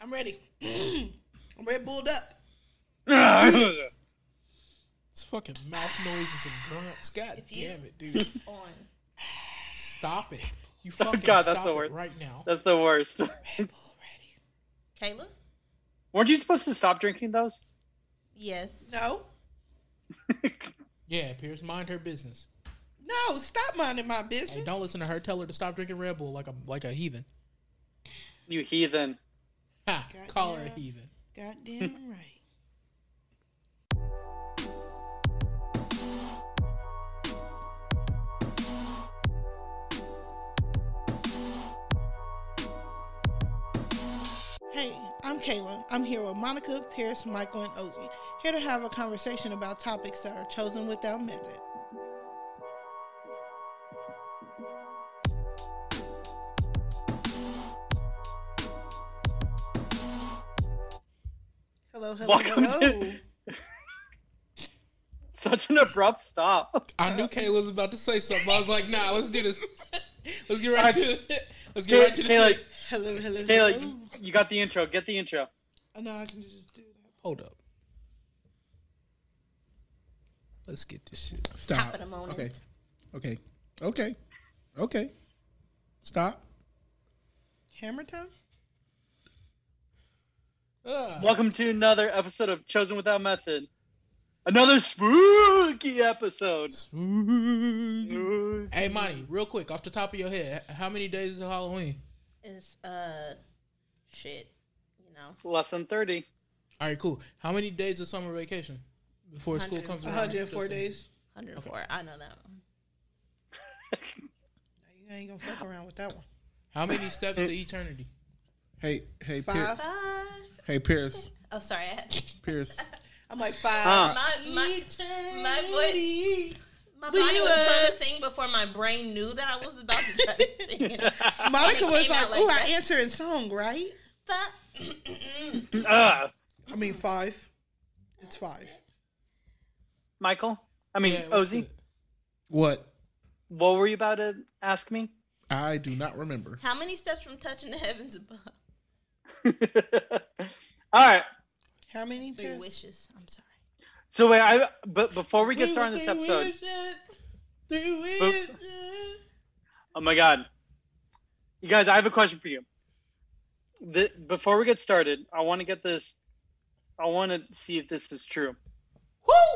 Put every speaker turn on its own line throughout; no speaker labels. I'm ready. I'm red bulled up.
That's
It's fucking mouth noises and grunts. God
If you-
damn it, dude.
On.
Stop it. You fucking
God, that's
stop
the
it
word.
right now.
the worst.
Red Bull ready.
Kayla?
Weren't you supposed to stop drinking those?
Yes.
No.
Yeah, Pierce, mind her business.
No, stop minding my business.
Hey, don't listen to her. Tell her to stop drinking Red Bull like a like a heathen.
you heathen.
Ha,
God
call her a
damn.
heathen.
Goddamn right. Hey, I'm Kayla. I'm here with Monica, Pierce, Michael, and Ozzy, here to have a conversation about topics that are chosen without method. Hello, hello,
Welcome to-
hello.
Such an abrupt stop.
I knew Kayla was about to say something. I was like, nah, let's do this. let's get right to it. Let's get right to the
Kayla,
shit.
Hello, hello, hello.
Kayla, you- you got the intro. Get the intro.
Oh, no, I can just do that.
Hold up. Let's get this shit. Stop.
Top of the morning.
Okay. Okay. Okay. Okay. Stop.
Hammer time?
Ah.
Welcome to another episode of Chosen Without Method. Another spooky episode.
Hey, Monty, real quick, off the top of your head, h- how many days is Halloween?
It's uh shit. You know.
Less than 30.
All right, cool. How many days of summer vacation before school
100.
comes around?
104
Justin?
days.
104. I know that one.
You ain't gonna fuck around with that one.
How many steps to eternity?
Hey, hey, Pierce.
Five.
Five.
Hey, Pierce.
Oh, sorry. I had,
Pierce.
I'm like five.
Huh.
my my my voice. My body
you
was
up.
trying to sing before my brain knew that I was about to try to sing. it.
Monica
It
was
came
like,
out like
"Ooh,
that."
I answered in song, right?"
Fi-
Ah,
I mean, five. It's five.
Michael? I mean,
Yeah, what's
Ozzy?
it?
What?
What were you about to ask me?
I do not remember.
How many steps from touching the heavens above?
All right.
How many?
Three
pairs?
wishes. I'm sorry.
So wait, I but before we get
Three
started on this
wishes,
episode,
Three wishes.
Boop. oh my god, you guys, I have a question for you. The, before we get started, I want to get this. I want to see if this is true.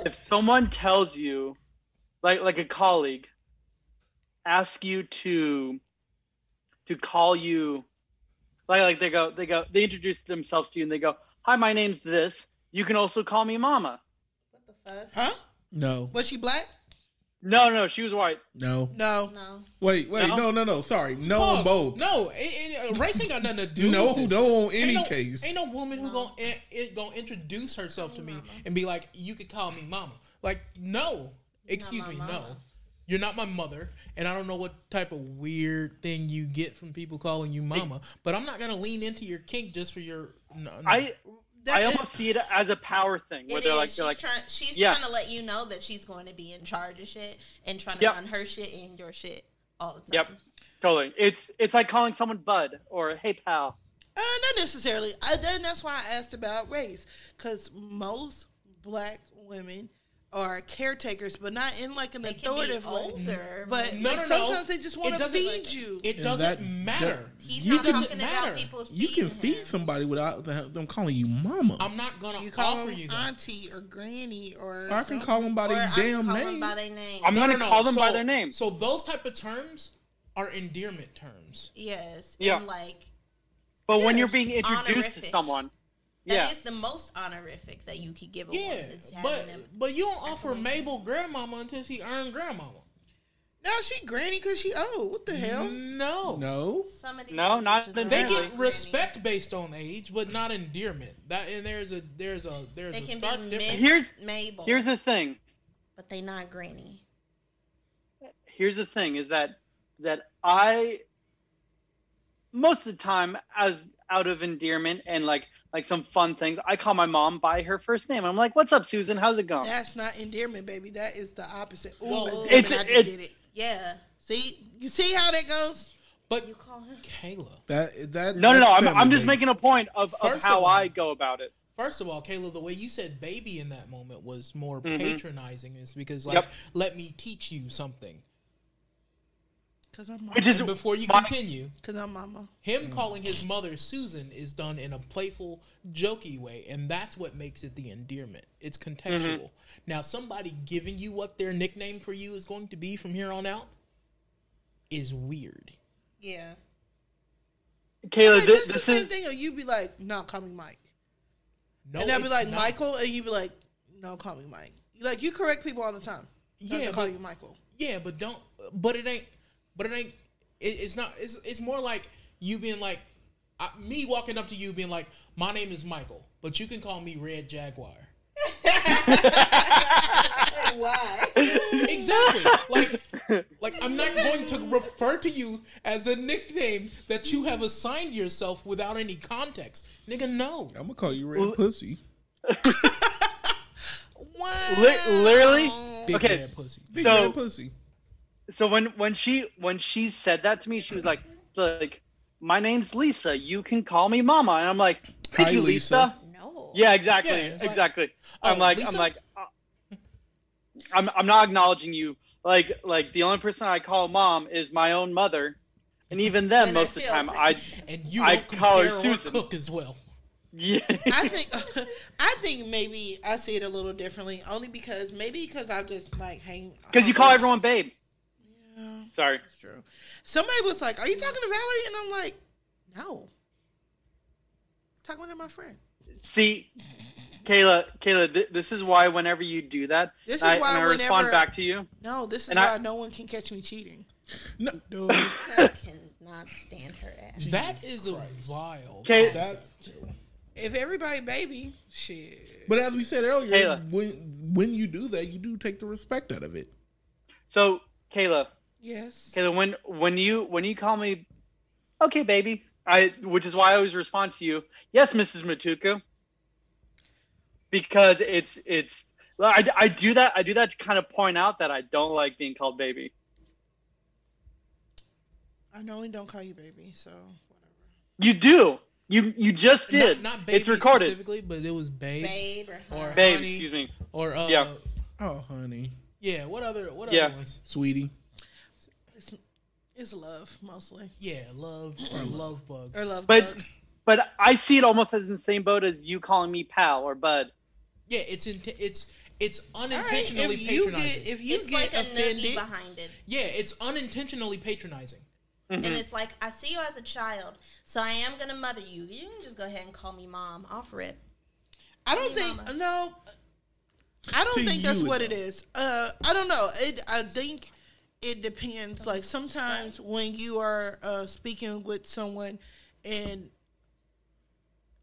If someone tells you, like like a colleague, ask you to to call you, like like they go they go they introduce themselves to you and they go, "Hi, my name's this. You can also call me Mama."
What the fuck?
Huh?
No.
Was she black?
No, no, she was white.
No.
No.
No.
Wait, wait.
No?
No, no, no. Sorry. No on
Pause.
both. No,
No, it, it, uh, race ain't got nothing to do.
no,
with this.
on any case.
Ain't no woman who gonna it, it gonna introduce herself to me and be like, "You could call me mama." Like, no, excuse
my
me, no,
mama.
you're not my mother, and I don't know what type of weird thing you get from people calling you mama. But I'm not gonna lean into your kink just for your. No, no.
I
That-
I almost see it as a power thing where
It
they're
is.
like,
she's
they're like,
trying. She's
Yeah.
trying to let you know that she's going to be in charge of shit and trying to
Yep.
run her shit and your shit all the
yep,
time.
totally. It's it's like calling someone bud or hey pal.
Uh, not necessarily. I, then that's why I asked about race, because most black women are caretakers, but not in like an
They can be
authoritative way.
older,
But
no, no, no.
sometimes they just want
It
to
doesn't-
feed you.
It
And
doesn't
that-
matter.
that-
he's
You
not
can-
talking
matter.
about people.
You can
feeding
feed
him.
somebody without the- them calling you mama.
I'm not gonna
You call
offer
them
you that.
auntie or granny or
or I can
something.
call them by
Or
their
I can
damn
call them
name.
by their name.
I'm gonna call them by
So-
their name.
So those type of terms are endearment terms.
yes.
Yeah.
And like
But when
Yeah,
you're being introduced to
honorific.
someone,
that is
yeah,
the most honorific that you could give a
Yeah,
woman is having
but
them.
but you don't offer Mabel grandmama until she earned grandmama.
No, she granny because she old. What the
Mm.
hell?
No,
No.
Some of these
No, not
bitches
the-
are
They
Apparently.
get
granny.
respect based on age, but not endearment. That and there's a there's a there's
They
a
can
stark
be Miss
difference.
Here's-
Mabel.
here's the thing.
but they not granny.
Here's the thing is that that I most of the time as out of endearment and like like some fun things, I call my mom by her first name. I'm like, "What's up, Susan? How's it going?"
That's not endearment, baby. That is the opposite. Ooh,
Well,
damn
it's-
it, I just
it's-
did it.
Yeah.
See, you see how that goes?
But
You call him?
Kayla,
That that.
No, no, no.
that's
I'm, I'm just
feminine.
making a point of, of
First of
how
all-
I go about it.
first of all, Kayla, the way you said "baby" in that moment was more
Mhm.
patronizing. Is because like,
Yep.
let me teach you something.
Because I'm
Which is
And before you
my-
continue,
because I'm mama.
him calling his mother Susan is done in a playful, jokey way, and that's what makes it the endearment. It's contextual.
Mm-hmm.
Now, somebody giving you what their nickname for you is going to be from here on out is weird.
Yeah.
Kayla,
Like,
this,
that's the
this
same
is
thing. Or you be like, no, call me Mike,
No,
and I'd be
it's
like
not.
Michael, and you be like, no, call me Mike. Like you correct people all the time. Yeah,
Yeah,
call
but-
you Michael.
Yeah, but don't. But it ain't. But it ain't. It, it's not. It's it's more like you being like I, me walking up to you being like, my name is Michael, but you can call me Red Jaguar.
Why?
Exactly. like like I'm not going to refer to you as a nickname that you have assigned yourself without any context, nigga. No.
I'm gonna call you red
Well-
pussy.
Wow.
li- literally.
Big
Okay.
red pussy.
Big
So-
red pussy.
So when when she when she said that to me, she was like, like, my name's Lisa. You can call me Mama, and I'm like, thank
Hi,
you,
Lisa."
Lisa.
No.
Yeah, exactly,
Yeah, it's like-
exactly. I'm
Oh,
like, I'm
Lisa?
like, uh, I'm I'm not acknowledging you. Like like the only person I call mom is my own mother, and even then,
And I
most of the
feel-
time, I
And you
I
don't
call her
compare or
Susan.
cook as well.
yeah.
I think I think maybe I see it a little differently, only because maybe because I just like hang um,
Because you call everyone babe.
Yeah,
Sorry.
that's true. Somebody was like, "Are you talking to Valerie?" And I'm like, "No, I'm talking to my friend."
See, Kayla, Kayla, th- this is why whenever you do that,
This is
I,
why
and I
whenever-
respond back to you.
No, this is
And
why
I-
no one can catch me cheating.
No,
I cannot stand her ass.
that is a vile.
Okay.
that's
If everybody baby, shit.
But as we said earlier,
Kayla.
when when you do that, you do take the respect out of it.
So Kayla,
Yes.
Kayla, when when you when you call me, okay, baby, I which is why I always respond to you, yes, Mrs. Matuku, because it's it's well, I, I do that I do that to kind of point out that I don't like being called baby.
I normally don't call you baby, so whatever.
You do you you just
Not-
did.
Not, baby
it's recorded.
specifically, but it was babe,
Babe or
Or-
or
Babe,
honey.
excuse me.
or uh, yeah.
Yeah.
Oh, honey,
What other? What
Yeah.
other ones?
sweetie.
It's, it's love mostly,
Yeah, love or love bug.
or love
But-
bug.
But I see it almost as in the same boat as you calling me pal or bud.
Yeah, it's in, it's it's
All right,
unintentionally
if you
patronizing.
get if you
you it's
get
like a noogie
offended,
behind it.
yeah, it's unintentionally patronizing.
Mm-hmm.
And it's like, I see you as a child, so I am going to mother you. You can just go ahead and call me mom. Off rip.
I don't
Hey,
think
mama.
no. I don't
To
think that's
you,
what
though.
it is. Uh, I don't know. It. I think it depends. Like sometimes when you are uh, speaking with someone, and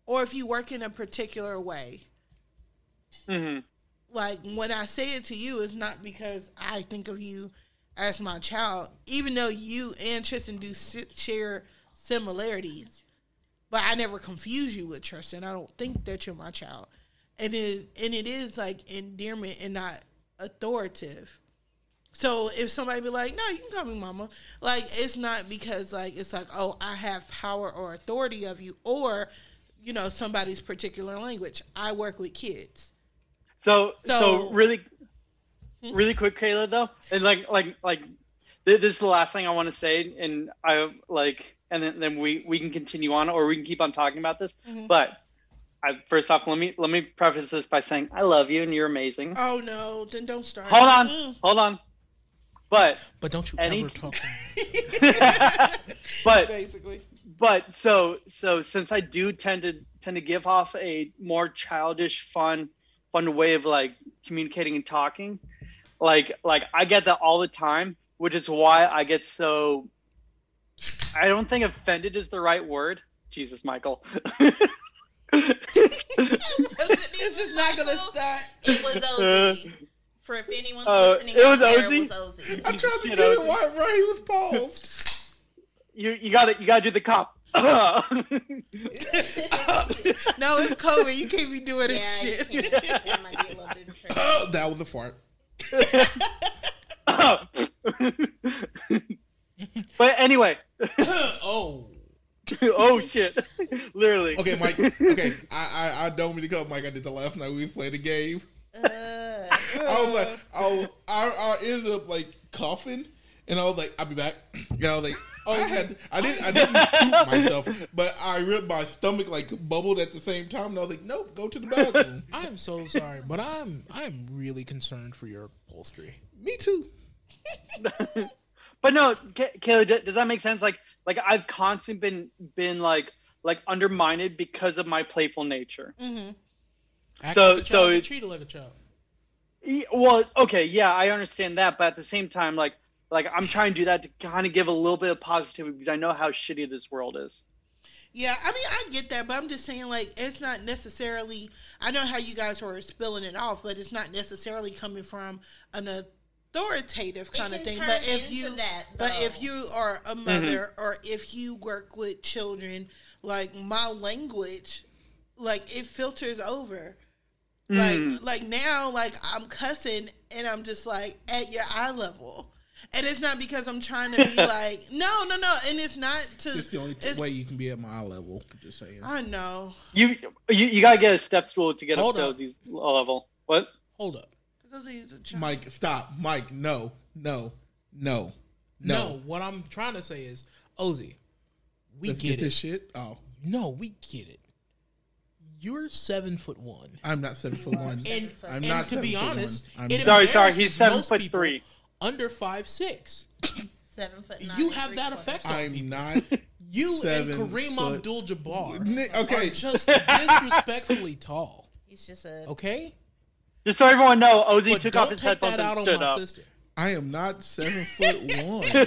or if you work in a particular way,
hmm
like when I say it to you, it's not because I think of you as my child, even though you and Tristan do si- share similarities. But I never confuse you with Tristan. I don't think that you're my child, and it and it is like endearment and not authoritative. So if somebody be like, "No, you can call me mama," like it's not because like it's like, "Oh, I have power or authority of you," or you know somebody's particular language. I work with kids.
So, so
So-
really, really quick, Kayla though, and like like like th- this is the last thing I want to say, and I like, and then, then we we can continue on, or we can keep on talking about this. But I first off, let me let me preface this by saying I love you and you're amazing.
Oh no, then don't start.
hold on,
Mm.
hold on, but
But don't you
Any
ever
t-
talk to me.
but
Basically.
but so so since I do tend to tend to give off a more childish, fun, fun way of like communicating and talking, like like I get that all the time, which is why I get so. I don't think offended is the right word. Jesus, Michael.
It's just not gonna start.
It was Ozzy. For if anyone's
Uh,
listening,
it
out
was
there,
Ozzy?
It was Ozzy.
I tried to
You
get
know-
it right, right. He was paused.
you you got to You got to do the cop.
No, it's COVID. You can't be doing
Yeah,
this
you
shit.
can't. That might be a little bit tricky.
Oh, that was a fart.
but anyway,
oh,
oh shit! Literally.
Okay, Mike. Okay, I, I I don't mean to come, Mike. I did the last night we was playing the game.
Ugh.
I was like, oh, I, I ended up like coughing, and I was like, I'll be back. And I was like, oh, I had, I didn't, I didn't poop myself, but I ripped my stomach like bubbled at the same time, and I was like, nope, go to the bathroom.
I am so sorry, but I'm I'm really concerned for your upholstery.
Me too.
But no, Kay- Kayla, d- does that make sense? Like, like I've constantly been been like like undermined because of my playful nature.
Act
So-
like
so
a child, get
it-
treated like a child.
Ye- E, Well, okay, yeah, I understand that, but at the same time, like like I'm trying to do that to kind of give a little bit of positivity because I know how shitty this world is.
Yeah, I mean, I get that, but I'm just saying, like, it's not necessarily. I know how you guys were spilling it off, but it's not necessarily coming from an authoritative
It
kind of
can
thing.
turn
But if
into
you,
that,
but
though.
if you are a
Mm-hmm.
mother or if you work with children, like my language, like it filters over. Like,
Mm-hmm.
like now, like I'm cussing and I'm just like at your eye level. And it's not because I'm trying to be like, no, no, no. And it's not to.
It's the only
it's-
way you can be at my eye level. Just saying.
I know.
You you, you gotta get a step stool to get
Hold
up
on.
Daisy's level. What?
Hold up.
Because he's a child.
Mike, stop. Mike, no, no, no,
No.
no.
what I'm trying to say is, Ozzy, we
Let's
get,
get
it.
this shit. Oh,
no, we get it. You're seven foot one,
I'm not seven foot one.
and
foot
I'm
and
not
to be
seven foot
honest,
one. I'm-
it
Sorry, sorry, he's
embarrasses
seven
most
foot
people
three.
under five six.
Seven foot nine.
You
and
have
three
that
quarters.
effect. on people.
I'm not.
You
seven
and Kareem
foot-
Abdul-Jabbar
Ni- Okay,
are just disrespectfully tall.
He's just a.
Okay,
Just so everyone know, Ozzy
But
took
don't
off his
take
headphones
that
and
out
stood
on my
up.
sister.
I am not seven foot one.
Hey,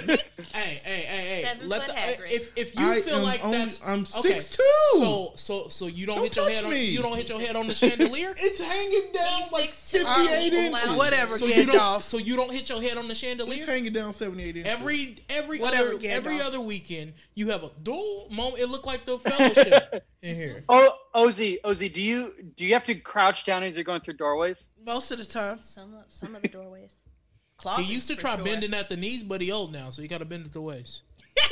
hey, hey, hey!
Seven
Let
foot
the,
Hagrid.
if if you
I
feel
am
like
only-
that's
I'm
okay,
6'2".
So so so you don't,
Don't
hit your head
touch
on
me.
you don't hit your head on the chandelier.
It's hanging down
He's
like
6'2".
58
Oh,
inches.
wow.
Whatever,
So you don't
Gandalf.
so you don't hit your head on the
It's
chandelier.
hanging down 78 inches.
Every every
Whatever,
other every
Gandalf.
other weekend you have a dual moment. It looked like the fellowship in here.
Oh, Ozzy, Ozzy, do you do you have to crouch down as you're going through doorways?
Most of the time.
Some of, some of the doorways.
He
Closets,
used to
for
try
sure.
bending at the knees, but he old now, so you got to bend at the waist.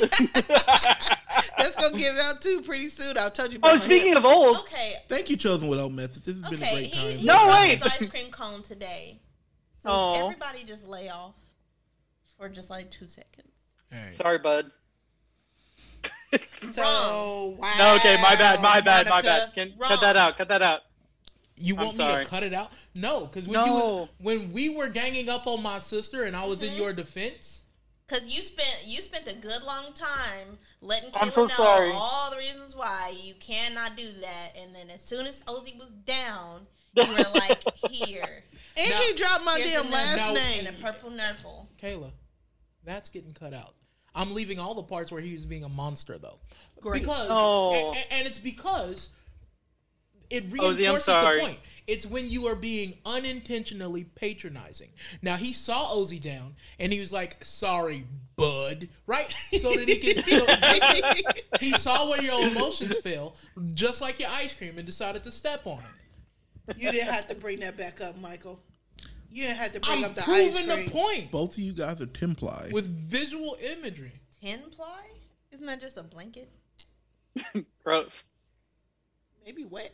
That's going to give out too pretty soon. I told you about
Oh, speaking of old,
Okay.
Thank you, Chosen Without Method. This has been a
Okay.
great
He,
time.
he
No
dropped
way.
His ice cream cone today. So
Aw.
everybody just lay off for just like two seconds.
sorry, bud.
So, wow.
No, okay, my bad, my bad, my
Monica.
bad. Can,
wrong.
cut that out, cut that out.
You
I'm
want me
sorry.
to cut it out? No, because when you was,
No.
when we were ganging up on my sister and I was in
Mhm.
your defense,
Cause you spent you spent a good long time letting Kayla
I'm so
know
sorry.
all the reasons why you cannot do that, and then as soon as Ozzy was down, you were like, "Here,
And
Now-
he dropped my
here's
damn
a
last
now-
nurple
name.
and a purple nurple."
Kayla, that's getting cut out. I'm leaving all the parts where he was being a monster, though.
Great.
Because,
Oh.
a- a- and, it's because it
I'm
reinforces the
sorry.
point. It's when you are being unintentionally patronizing. Now he saw Ozzy down, and he was like, "Sorry, bud," right? So that he can. so just- he saw where your emotions fell, just like your ice cream, and decided to step on it.
you didn't have to bring that back up, Michael. You didn't have to bring
I'm
up the ice cream.
proving the point
Both of you guys are 10 ply.
with visual imagery.
Ten ply? Isn't that just a blanket?
Gross.
Maybe wet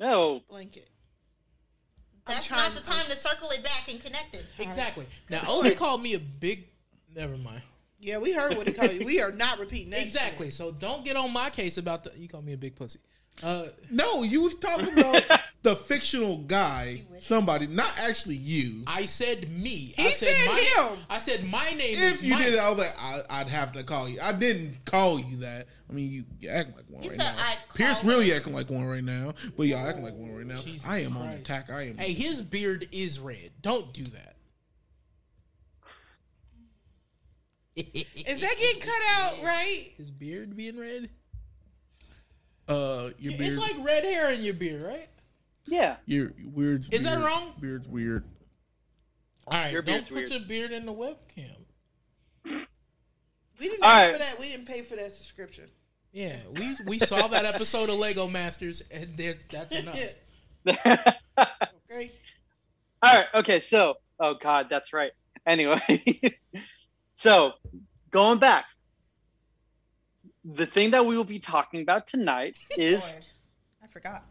No.
blanket. I'm
That's
trying-
not the time to circle it back and connect it.
Exactly. Now Ozzy called me a big. Never mind.
Yeah, we heard what it called you. We are not repeating that.
Exactly. So don't get on my case about the. You call me a big pussy. Uh,
No, you was talking about the fictional guy, somebody, not actually you.
I said me. I
He said
my,
him.
I said my name.
If
is
you
Mike.
did, I was like, I, I'd have to call you. I didn't call you that. I mean, you, you acting like one
He
right
said
now.
I'd
Pierce
call
really acting like one right now, but y'all acting like one right now.
Jesus
I am on
Christ.
attack. I am.
Hey, his beard is red. Don't do that.
Is that getting cut out, right?
his beard being red?
uh, your beard.
It's like red hair in your beard, right?
Yeah.
your weird's
Is that
weird.
wrong?
Beard's weird.
All right.
Your
don't
beard's
put
weird.
your beard in the webcam.
We didn't
All
ask
right.
for that. We didn't pay for that subscription.
Yeah, we we saw that episode of Lego Masters, and there's that's enough.
Yeah.
All
Okay.
right. Okay. So, oh God, that's right. Anyway, so going back, the thing that we will be talking about tonight is
Lord, I forgot.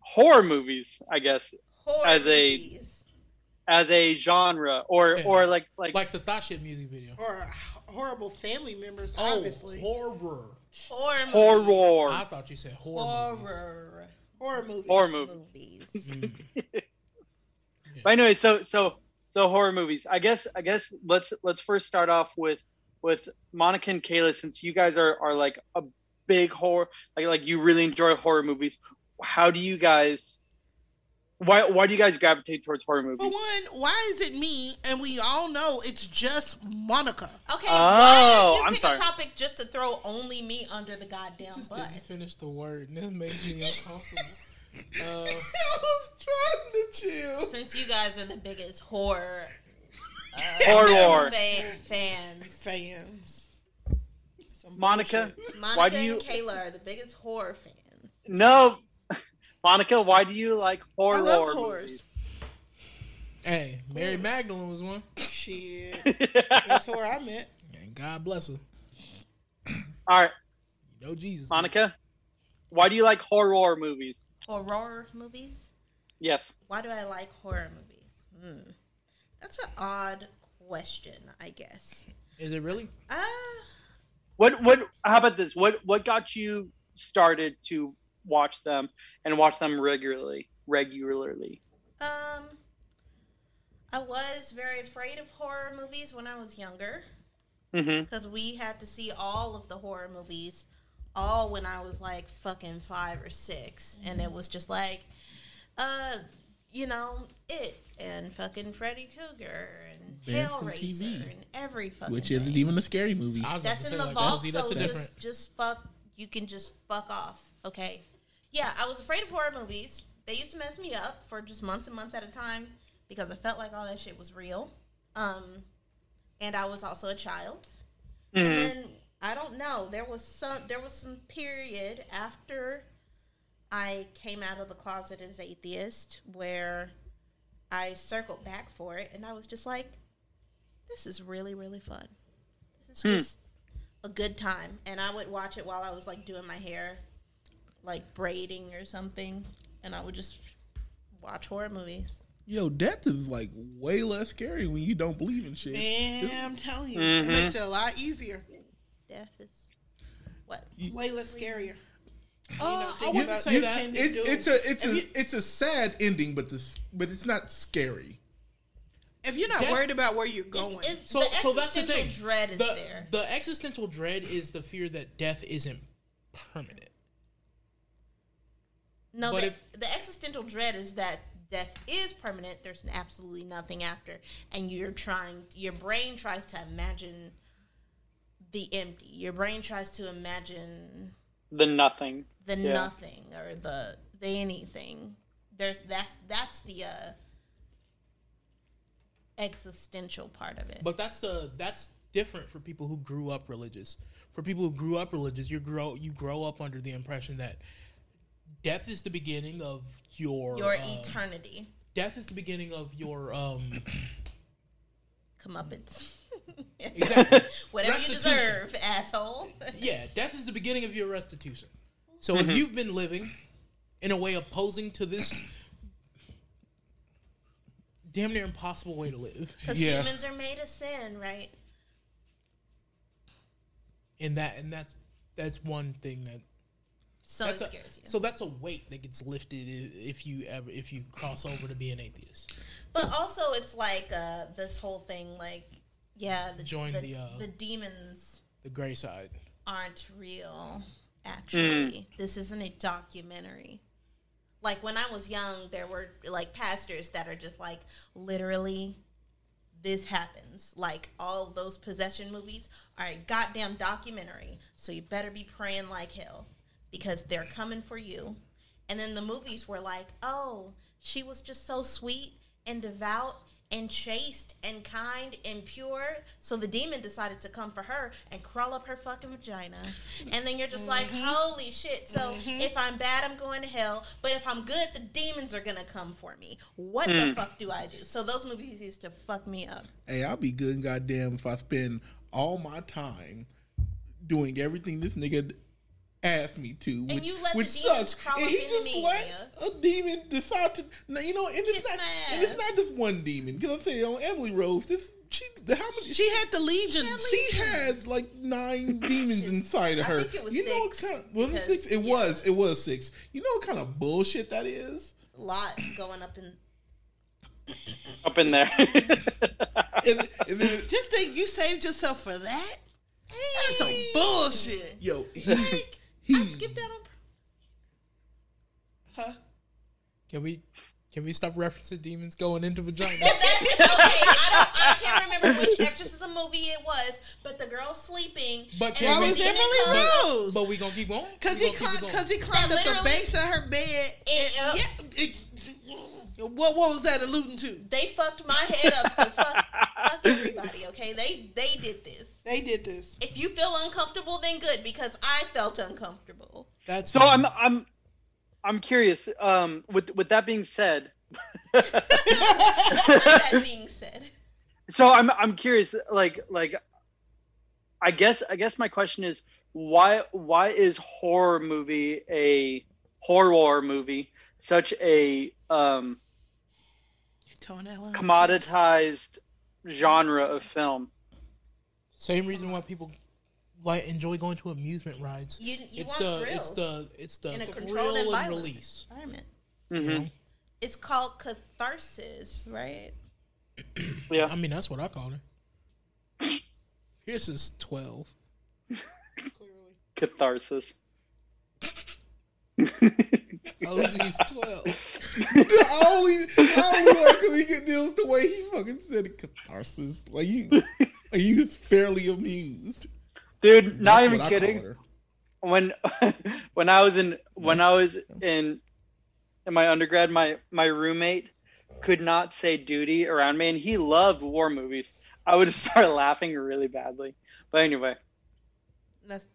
horror movies, I guess,
Horror
As a-
movies.
as a genre or
Yeah.
or like like,
Like the Thought Shit music video.
Or h- horrible family members,
Oh,
obviously.
horror.
horror movies.
horror.
I thought you said horror. movies.
horror
horror movies.
Horror movies.
movies.
But anyway, so so so horror movies. I guess I guess let's let's first start off with with Monica and Kayla since you guys are are like a big horror like like you really enjoy horror movies. How do you guys why why do you guys gravitate towards horror
For
movies?
one, why is it me? And we all know it's just Monica.
Okay,
Oh,
why did you
I'm
pick
sorry.
a topic just to throw only me under the goddamn
just
bus?
didn't finish the word, and it makes me uncomfortable. uh,
I was trying to chill.
Since you guys are the biggest horror uh,
Horror.
fa- fans,
Fans. Some
Monica,
bullshit.
Monica
Why do you-
and Kayla are the biggest horror fans.
no. Monica, why do you like horror?
I love horrors.
hey, Mary Magdalene was one,
Shit.
movies?
That's where I meant.
and God bless her.
All right,
No Jesus.
Monica, why do you like horror movies?
Horror movies?
Yes.
Why do I like horror movies? Hmm. That's an odd question, I guess.
Is it really?
Uh,
What what? How about this? What what got you started to watch them and watch them regularly? Regularly.
um, I was very afraid of horror movies when I was younger.
hmm
because we had to see all of the horror movies all when I was like fucking five or 6 and
Mm-hmm.
it was just like, uh, you know, it and fucking Freddy Krueger and
Banned from TV.
Hellraiser and every fucking
Which isn't
thing.
even a scary movie.
I was about
that's
to
in
say,
the
like,
vault,
see,
so
a different-
just just fuck. You can just fuck off, okay? Yeah, I was afraid of horror movies. They used to mess me up for just months and months at a time because I felt like all that shit was real. Um, and I was also a child. And
hmm
then I don't know. There was some. There was some period after I came out of the closet as atheist where I circled back for it, and I was just like, "This is really, really fun. This is
Hmm.
just a good time." And I would watch it while I was like doing my hair, like braiding or something, and I would just watch horror movies.
Yo, death is like way less scary when you don't believe in shit.
Man, I'm telling you.
Mhm.
It makes it a lot easier.
Death is what?
Way less scarier.
Uh, I
thinking
wouldn't
about-
say
you
that.
can-
It,
Dude,
it's a
if
it's a
you-
it's a sad ending, but this but it's not scary.
If you're not
Death-
worried about where you're going,
It's, it's,
So,
the
so that's the
existential
thing.
Dread is
the,
there.
the existential dread is the fear that death isn't permanent.
No,
But
the,
if-
the existential dread is that death is permanent. There's absolutely nothing after, and you're trying. Your brain tries to imagine the empty. Your brain tries to imagine
The nothing.
the
Yeah.
nothing or the the anything. There's that's that's the uh, existential part of it.
But that's uh that's different for people who grew up religious. For people who grew up religious, you grow you grow up under the impression that death is the beginning of your
your
uh,
eternity
death is the beginning of your um
comeuppance.
exactly
Whatever you
Restitution.
deserve, asshole.
yeah, death is the beginning of your restitution. So
Mm-hmm.
if you've been living in a way opposing to this damn near impossible way to live,
Because
Yeah.
humans are made of sin, right?
and that and that's that's one thing that
So
that's
it
a,
scares you.
so that's a weight that gets lifted i- if you ever if you cross over to be an atheist.
But also, it's like uh, this whole thing, like yeah, the
Join
the,
the, uh,
the demons
The gray side.
aren't real. Actually, this isn't a documentary. Like when I was young, there were like pastors that are just like literally, this happens. Like all those possession movies are a goddamn documentary. So you better be praying like hell because they're coming for you. And then the movies were like, oh, she was just so sweet and devout and chaste and kind and pure. So the demon decided to come for her and crawl up her fucking vagina. And then you're just like, holy shit. So if I'm bad, I'm going to hell. But if I'm good, the demons are going to come for me. What the fuck do I do? So those movies used to fuck me up.
Hey, I'll be good and goddamn if I spend all my time doing everything this nigga asked me to, which,
you let the
which
demons
sucks.
crawl
And
up
he
into
just
me,
let a demon decide to, no, you know, and it's
Kiss
not,
my
and it's
ass.
not just one demon. Because I say on Emily Rose, this she how many
She had the Legion.
she has like nine demons inside of
I
her.
think it was
you know what
six,
kind was it
because-
six? It
yeah.
was. It was six. You know what kind of bullshit that is?
A lot going up in.
up in there.
And- and then-
Just think you saved yourself for that? That's some bullshit.
yo, he,
I
he
skipped out on.
Huh?
Can we can we stop referencing demons going into vagina?
That's okay. I, don't, I can't remember which exorcism movie it was, but the girl's sleeping.
But
and
can
the
we-
was
demon
Emily
comes-
Rose.
but we gonna keep going.
Cause he
We gonna keep
climbed,
going.
cause he climbed
That
up the
literally-
base of her bed.
It-
and- yeah, it- what what was that alluding to?
They fucked my head up, so fuck, fuck everybody. Okay, they they did this.
They did this.
If you feel uncomfortable, then good because I felt uncomfortable.
That's
so I'm I'm I'm curious. Um, with with that being said,
that being said,
so I'm I'm curious. Like like, I guess I guess my question is why why is horror movie a horror movie such a um
Toenail.
commoditized genre of film?
same reason why people like enjoy going to amusement rides.
you you
it's
want
the
thrills
it's the it's the
in a controlled
thrill and
environment.
release.
environment.
you
hmm
know?
It's called catharsis, right?
Yeah.
I mean that's what I call it. Here's is twelve.
catharsis.
Ozzy's twelve.
I only I only like when he get deals the way he fucking said it, catharsis. Like you, like he was fairly amused.
Dude, not
That's
even
what I call
kidding.
her.
When when I was in when I was in in my undergrad, my my roommate could not say duty around me and he loved war movies. I would start laughing really badly. But anyway,
That's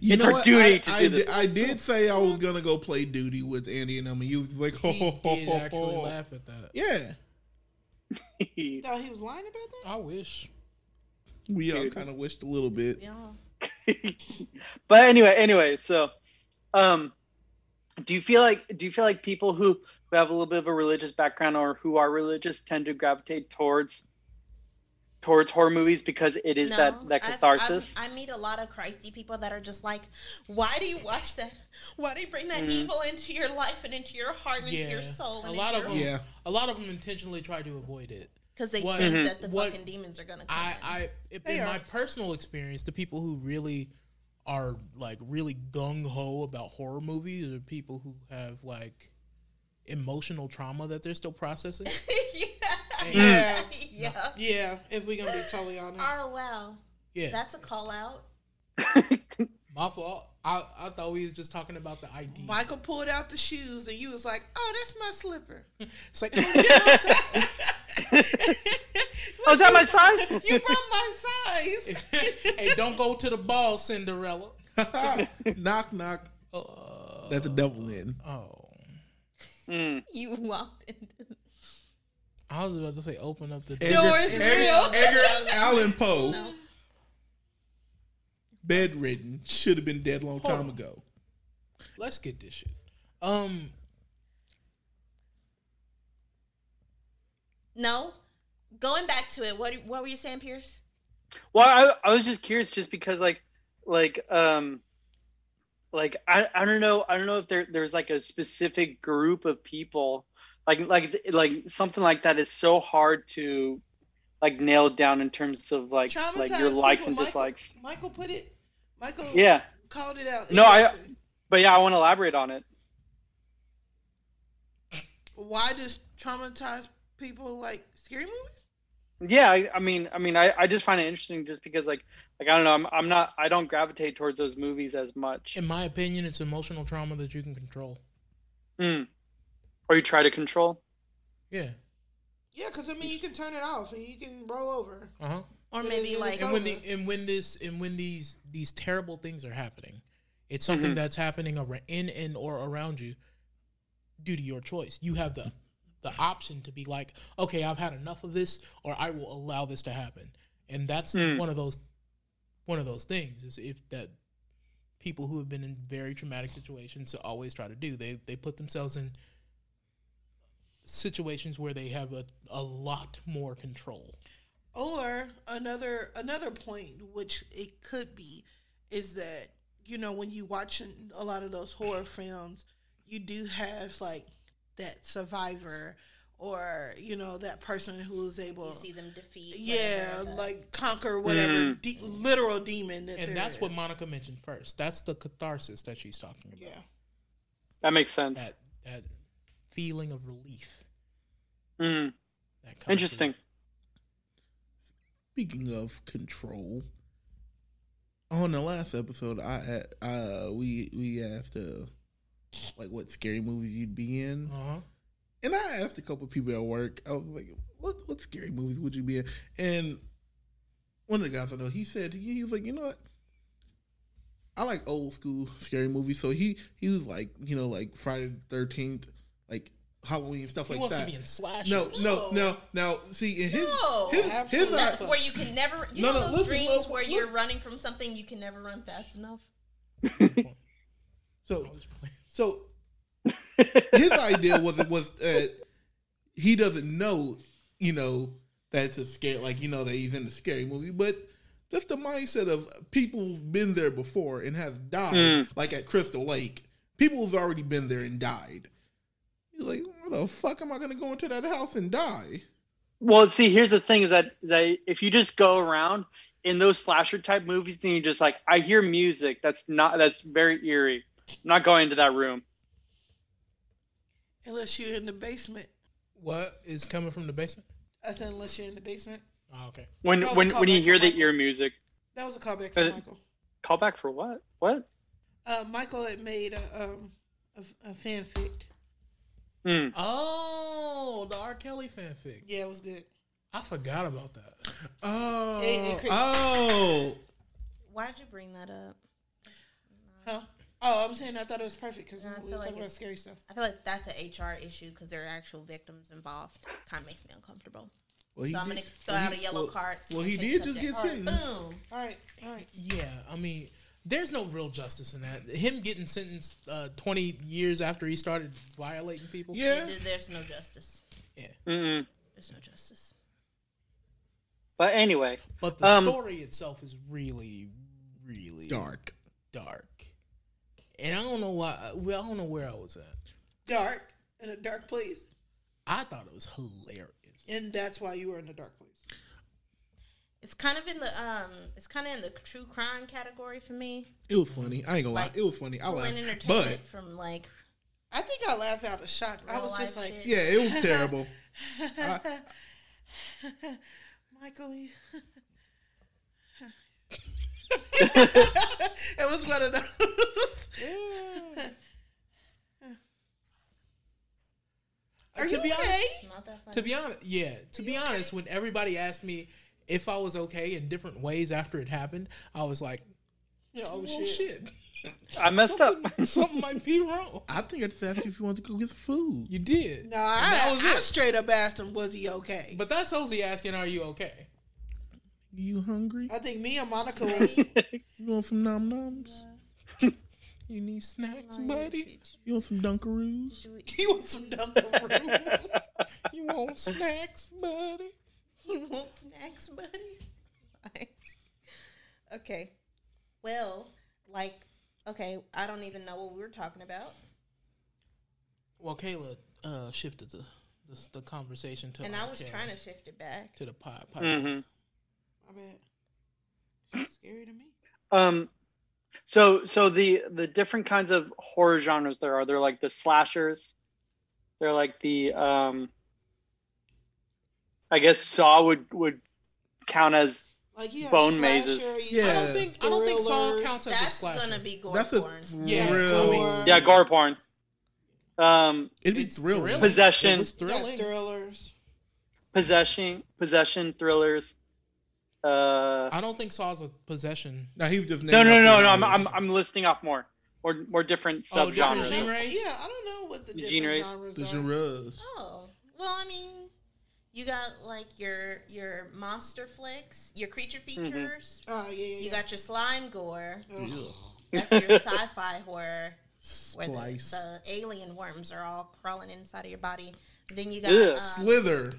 You
It's
know
her
what?
duty
I,
to
I
do
did,
this.
I did say I was gonna go play duty with Andy and him, and you was like, ho,
He
ho, ho,
did
ho,
actually
ho.
laugh at that.
Yeah,
Thought he was lying about that.
I wish.
we all
Dude.
kind of wished a little bit.
yeah.
but anyway, anyway, so um do you feel like do you feel like people who, who have a little bit of a religious background or who are religious tend to gravitate towards towards horror movies because it is that that
I've- I've-
catharsis?
i meet a lot of Christy people that are just like, why do you watch that? Why do you bring that
Mhm.
evil into your life and into your heart and into your
Yeah.
soul?
A
And
lot of them-
Yeah,
A lot of them intentionally try to avoid it.
because they
What-
think
Mhm.
that the
what-
fucking demons are gonna come.
I,
in.
I if,
They
in
are.
my personal experience, the people who really are like really gung ho about horror movies are people who have like emotional trauma that they're still processing.
yeah.
Yeah,
Mm.
yeah.
yeah. If we're gonna be totally honest,
Oh wow,
Yeah,
that's a call out.
my fault. I, I thought we was just talking about the ID.
Michael pulled out the shoes and you was like, "Oh, that's my slipper."
It's like, oh, yes.
oh, is that my size?
You brought my size.
hey, don't go to the ball, Cinderella.
knock knock.
Uh,
That's a double in.
oh.
Mm.
You walked into.
I was about to say, open up the
Edgar,
No, it's
Edgar-
real.
Edgar Allan Poe,
No.
bedridden, should have been dead long
Hold
time
on.
ago.
let's get this shit. Um,
No, going back to it. What what were you saying, Pierce?
Well, I, I was just curious, just because like, like, um, like I, I don't know, I don't know if there there's like a specific group of people, like like like something like that is so hard to, like nail down in terms of like like your
Traumatized
likes
people,
and
Michael-
dislikes.
Michael put it. Michael
Yeah,
called it out.
No, I-
Exactly.
but yeah, I want to elaborate on it.
Why does traumatized people like scary movies?
Yeah, I, I mean, I mean, I, I just find it interesting, just because like like I don't know, I'm I'm not I don't gravitate towards those movies as much,
in my opinion, it's emotional trauma that you can control.
mm. or you try to control.
Yeah.
Yeah, because I mean, you can turn it off and you can roll over.
Uh huh.
Or
Yeah,
maybe
yeah,
like
yeah.
and when the and when this and when these these terrible things are happening, it's something
Mhm.
that's happening ar- in and or around you due to your choice. You have the the option to be like, okay, I've had enough of this, or I will allow this to happen, and that's
Mm.
one of those one of those things is if that people who have been in very traumatic situations to always try to do they they put themselves in situations where they have a, a lot more control
Or another another point, which it could be, is that you know when you watch a lot of those horror films, you do have like that survivor or you know that person who is able,
You see them defeat.
yeah,
whatever the-
like conquer whatever
Mm.
de- literal demon that.
and
there
that's what
is.
monica mentioned first that's the catharsis that she's talking about
Yeah,
That makes sense.
that that feeling of relief
Mm.
that comes
Interesting.
Speaking of control, on the last episode, I a- uh we we asked uh like what scary movies you'd be in,
from- uh-huh
and I asked a couple people at work. I was like, "What what scary movies would you be in?" And one of the guys I know, he said he he was like, "You know what." I like old school scary movies, so he he was like, you know, like Friday the Thirteenth, like Halloween stuff
he
like
wants
that.
to be in slashers
no, no, no, no. See, in his
No.
his, his
That's
eye-
where you can never. You
No,
know
no,
those
listen,
dreams
listen,
where you're
listen.
running from something you can never run fast enough.
so So his idea was it was that he doesn't know, you know, that it's a scary like you know that he's in a scary movie, but just the mindset of people who've been there before and have died,
Hmm.
Mm.
like at Crystal Lake, people who've already been there and died. He's like, what the fuck am I gonna go into that house and die?
Well, see, here's the thing: is that is that if you just go around in those slasher type movies, then you're just like, I hear music. That's not. That's very eerie. I'm not going into that room.
unless you're in the basement.
what is coming from the basement
I said unless you're in the basement.
oh, okay
When
No,
when
the
when you
callback
hear
for
the
Michael.
ear music,
That was a callback from
Uh,
Michael.
call back for what? What?
Uh, Michael had made a um a, a fanfic.
Mm.
oh the r kelly fanfic
Yeah, it was good.
i forgot about that
Oh,
It- it could-
oh,
Why'd you bring that up?
Huh? Oh, I'm saying I thought it was perfect because
I
we
feel
were
like
talking about
it's-
scary stuff.
I feel like that's an HR issue because there are actual victims involved. Kind of makes me uncomfortable.
Well, he
So I'm
did-
gonna throw
well,
out
he-
a yellow
well-
card.
Well, he
Change
did just
subject.
get
All right,
sentenced.
Boom.
All right, all right.
Yeah, I mean, there's no real justice in that. Him getting sentenced uh, 20 years after he started violating people.
Yeah,
There- There's no justice.
Yeah.
Mm-mm.
There's no justice.
But anyway,
But the
Um,
story itself is really, really
dark.
dark. And I don't know why. Well, I don't know where I was at.
Dark in a dark place,
I thought it was hilarious.
and that's why you were in the dark place.
It's kind of in the um. It's kind of in the true crime category for me.
It was funny. I ain't gonna
Like,
lie. It was funny. I
Well,
laughed,
and
but
entertainment from like
I think I laughed out of shock. I
Real
was just
life
like,
shit.
yeah, it was terrible.
Michael. you- it was one of those. Are
To
you
be honest-
okay?
it's not that
To
funny.
be honest, yeah. To be honest, when everybody asked me if I was okay in different ways after it happened, I was like,
Yeah,
oh,
oh
shit.
shit.
I messed up.
Something might be wrong.
I think I just asked you if you wanted to go get some food.
You did.
No, I,
was
I
it.
straight up asked him, was he okay?
But that's Ozzy asking, "Are you okay?"
You hungry?
I think me and Monica were
You want some nom noms?
You need snacks, buddy.
You want some Dunkaroos?
you want some Dunkaroos.
You want snacks, buddy?
You want snacks, buddy? okay. Well, like, okay, I don't even know what we were talking about.
Well, Kayla uh, shifted the, the the conversation to
and
R.
I was
Kelly,
trying to shift it back.
to the pod. pod.
mm-hmm.
I bet. She's scary to me.
Um, so so the the different kinds of horror genres there are. They're like the slashers. They're like the um. I guess Saw would would count as
Like you have
Bone
slasher,
mazes.
you
Yeah.
I don't think I don't think Saul
Thrillers.
counts as a
That's
slasher.
gonna be gore
That's a
porn.
Yeah,
thrill.
I mean,
yeah gore porn. Um,
It'd be
It's
thrilling.
thrilling.
Possession.
It was
got
thrilling.
thrillers.
possession possession thrillers. Uh,
I don't think Saw's a possession.
No, he was just
no
naming
no
off
no
the
no. I'm
numbers.
I'm I'm listing off more more more different
Oh, different
subgenres.
genres.
Yeah, I don't know what the different
Genres.
genres
the
are.
genres.
Oh. Well, I mean, You got like your your monster flicks, your creature
Mm-hmm.
features.
Oh yeah, yeah.
You got your slime gore.
Ugh.
That's your sci-fi horror, where the,
Splice.
the alien worms are all crawling inside of your body. Then you got
Ugh.
uh,
Slither.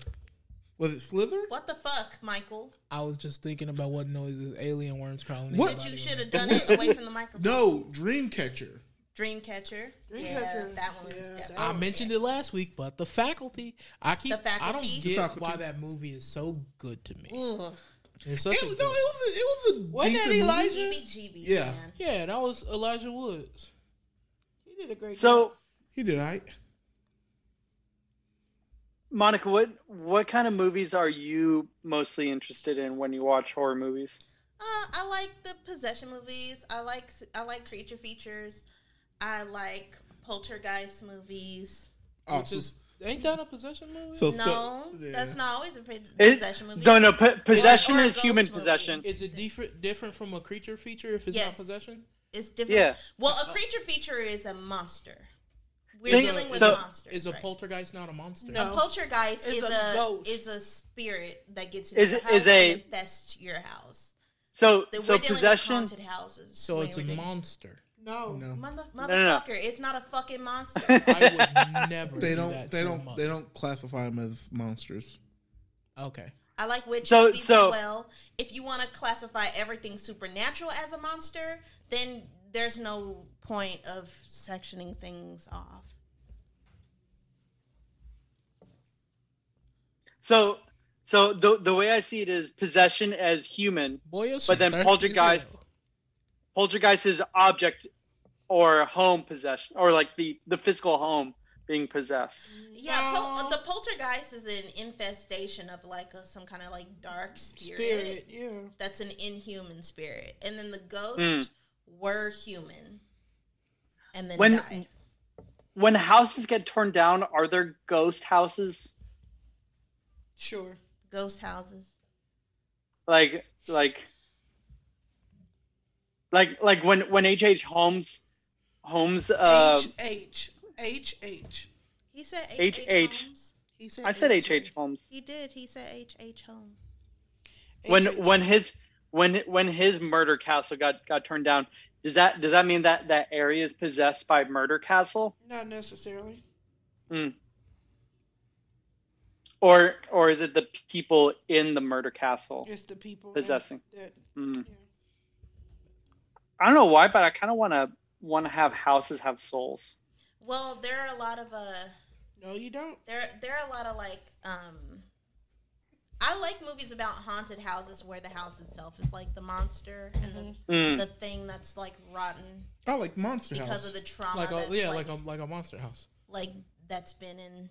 Was it Slither?
what the fuck, Michael?
I was just thinking about what noise is alien worms crawling. in
What?
your
But you
body.
should have done it away from the microphone.
No, Dreamcatcher.
Dreamcatcher. Yeah,
Dreamcatcher.
that one was
Yeah, that
definitely.
Oh,
I mentioned it last week, but the faculty. I keep.
The Faculty?
I don't get
Faculty.
why that movie is so good to me.
Ugh.
It's such
It
a
was, no, it
good-
was a, it was a
Wasn't that
decent movie.
Elijah?
GBGB.
Yeah.
man.
yeah, that was Elijah Woods.
He did a great
So,
He did right.
Monica, what what kind of movies are you mostly interested in when you watch horror movies?
Uh, I like the possession movies. I like I like creature features. I like poltergeist movies.
Oh,
Which
so-
is ain't that a possession movie?
so
no,
stu- yeah.
that's not always a po-
It-
possession movie.
No, no. P- possession
Or a
is human
ghost movie.
possession.
is it different different from a creature feature if it's
Yes.
not possession?
It's different.
Yeah.
Well, a creature feature is a monster. We're
Think-
dealing with
so-
monsters.
Is a
right?
poltergeist not a monster?
No.
A poltergeist
It's
is
a
a,
ghost.
is a spirit that gets into
Is
your
it-
house
is a-
and infests your house.
So,
Then
so
we're dealing
possession.
with haunted houses.
So
We're-
it's a
we're-
monster.
No.
No.
Mother, motherfucker,
no, no.
it's not a fucking monster.
I would never.
They
do
don't.
that
They
to a
don't.
mother.
They don't classify them as monsters.
Okay.
I like witch
So-
movies
so-
as well. If you want to classify everything supernatural as a monster, then there's no point of sectioning things off.
So, so the the way I see it is possession as human,
Boy, you're
But then
thirsty as
poltergeist-
hell.
poltergeist is object or home possession, or like the the physical home being possessed.
Yeah,
No.
pol- uh, the poltergeist is an infestation of like a, some kind of like dark
Spirit.
spirit.
Yeah.
That's an inhuman spirit, and then the ghosts
Mm.
were human, and then
When-
died.
When houses get torn down, are there ghost houses?
Sure.
Ghost houses.
Like, like, like, like when when H. H. Holmes, Holmes. Uh,
H H H H.
He said
H-
H
H.
H Holmes.
He said.
I said H. H. Holmes.
He did. He said H H Holmes.
When when his when when his murder castle got got turned down, does that does that mean that that area is possessed by murder castle?
Not necessarily.
Mm. Or or is it the people in the murder castle?
It's the people
Possessing.
That,
Mm.
yeah.
I don't know why, but I kind of want to want to have houses have souls.
Well, there are a lot of uh.
No, you don't.
There, there are a lot of like, um, I like movies about haunted houses where the house itself is like the monster and the,
Mm.
the thing that's like rotten
I like Monster
because
House.
of the trauma.
Like
that's
a yeah,
like,
like oh. a like a monster house.
like that's been in,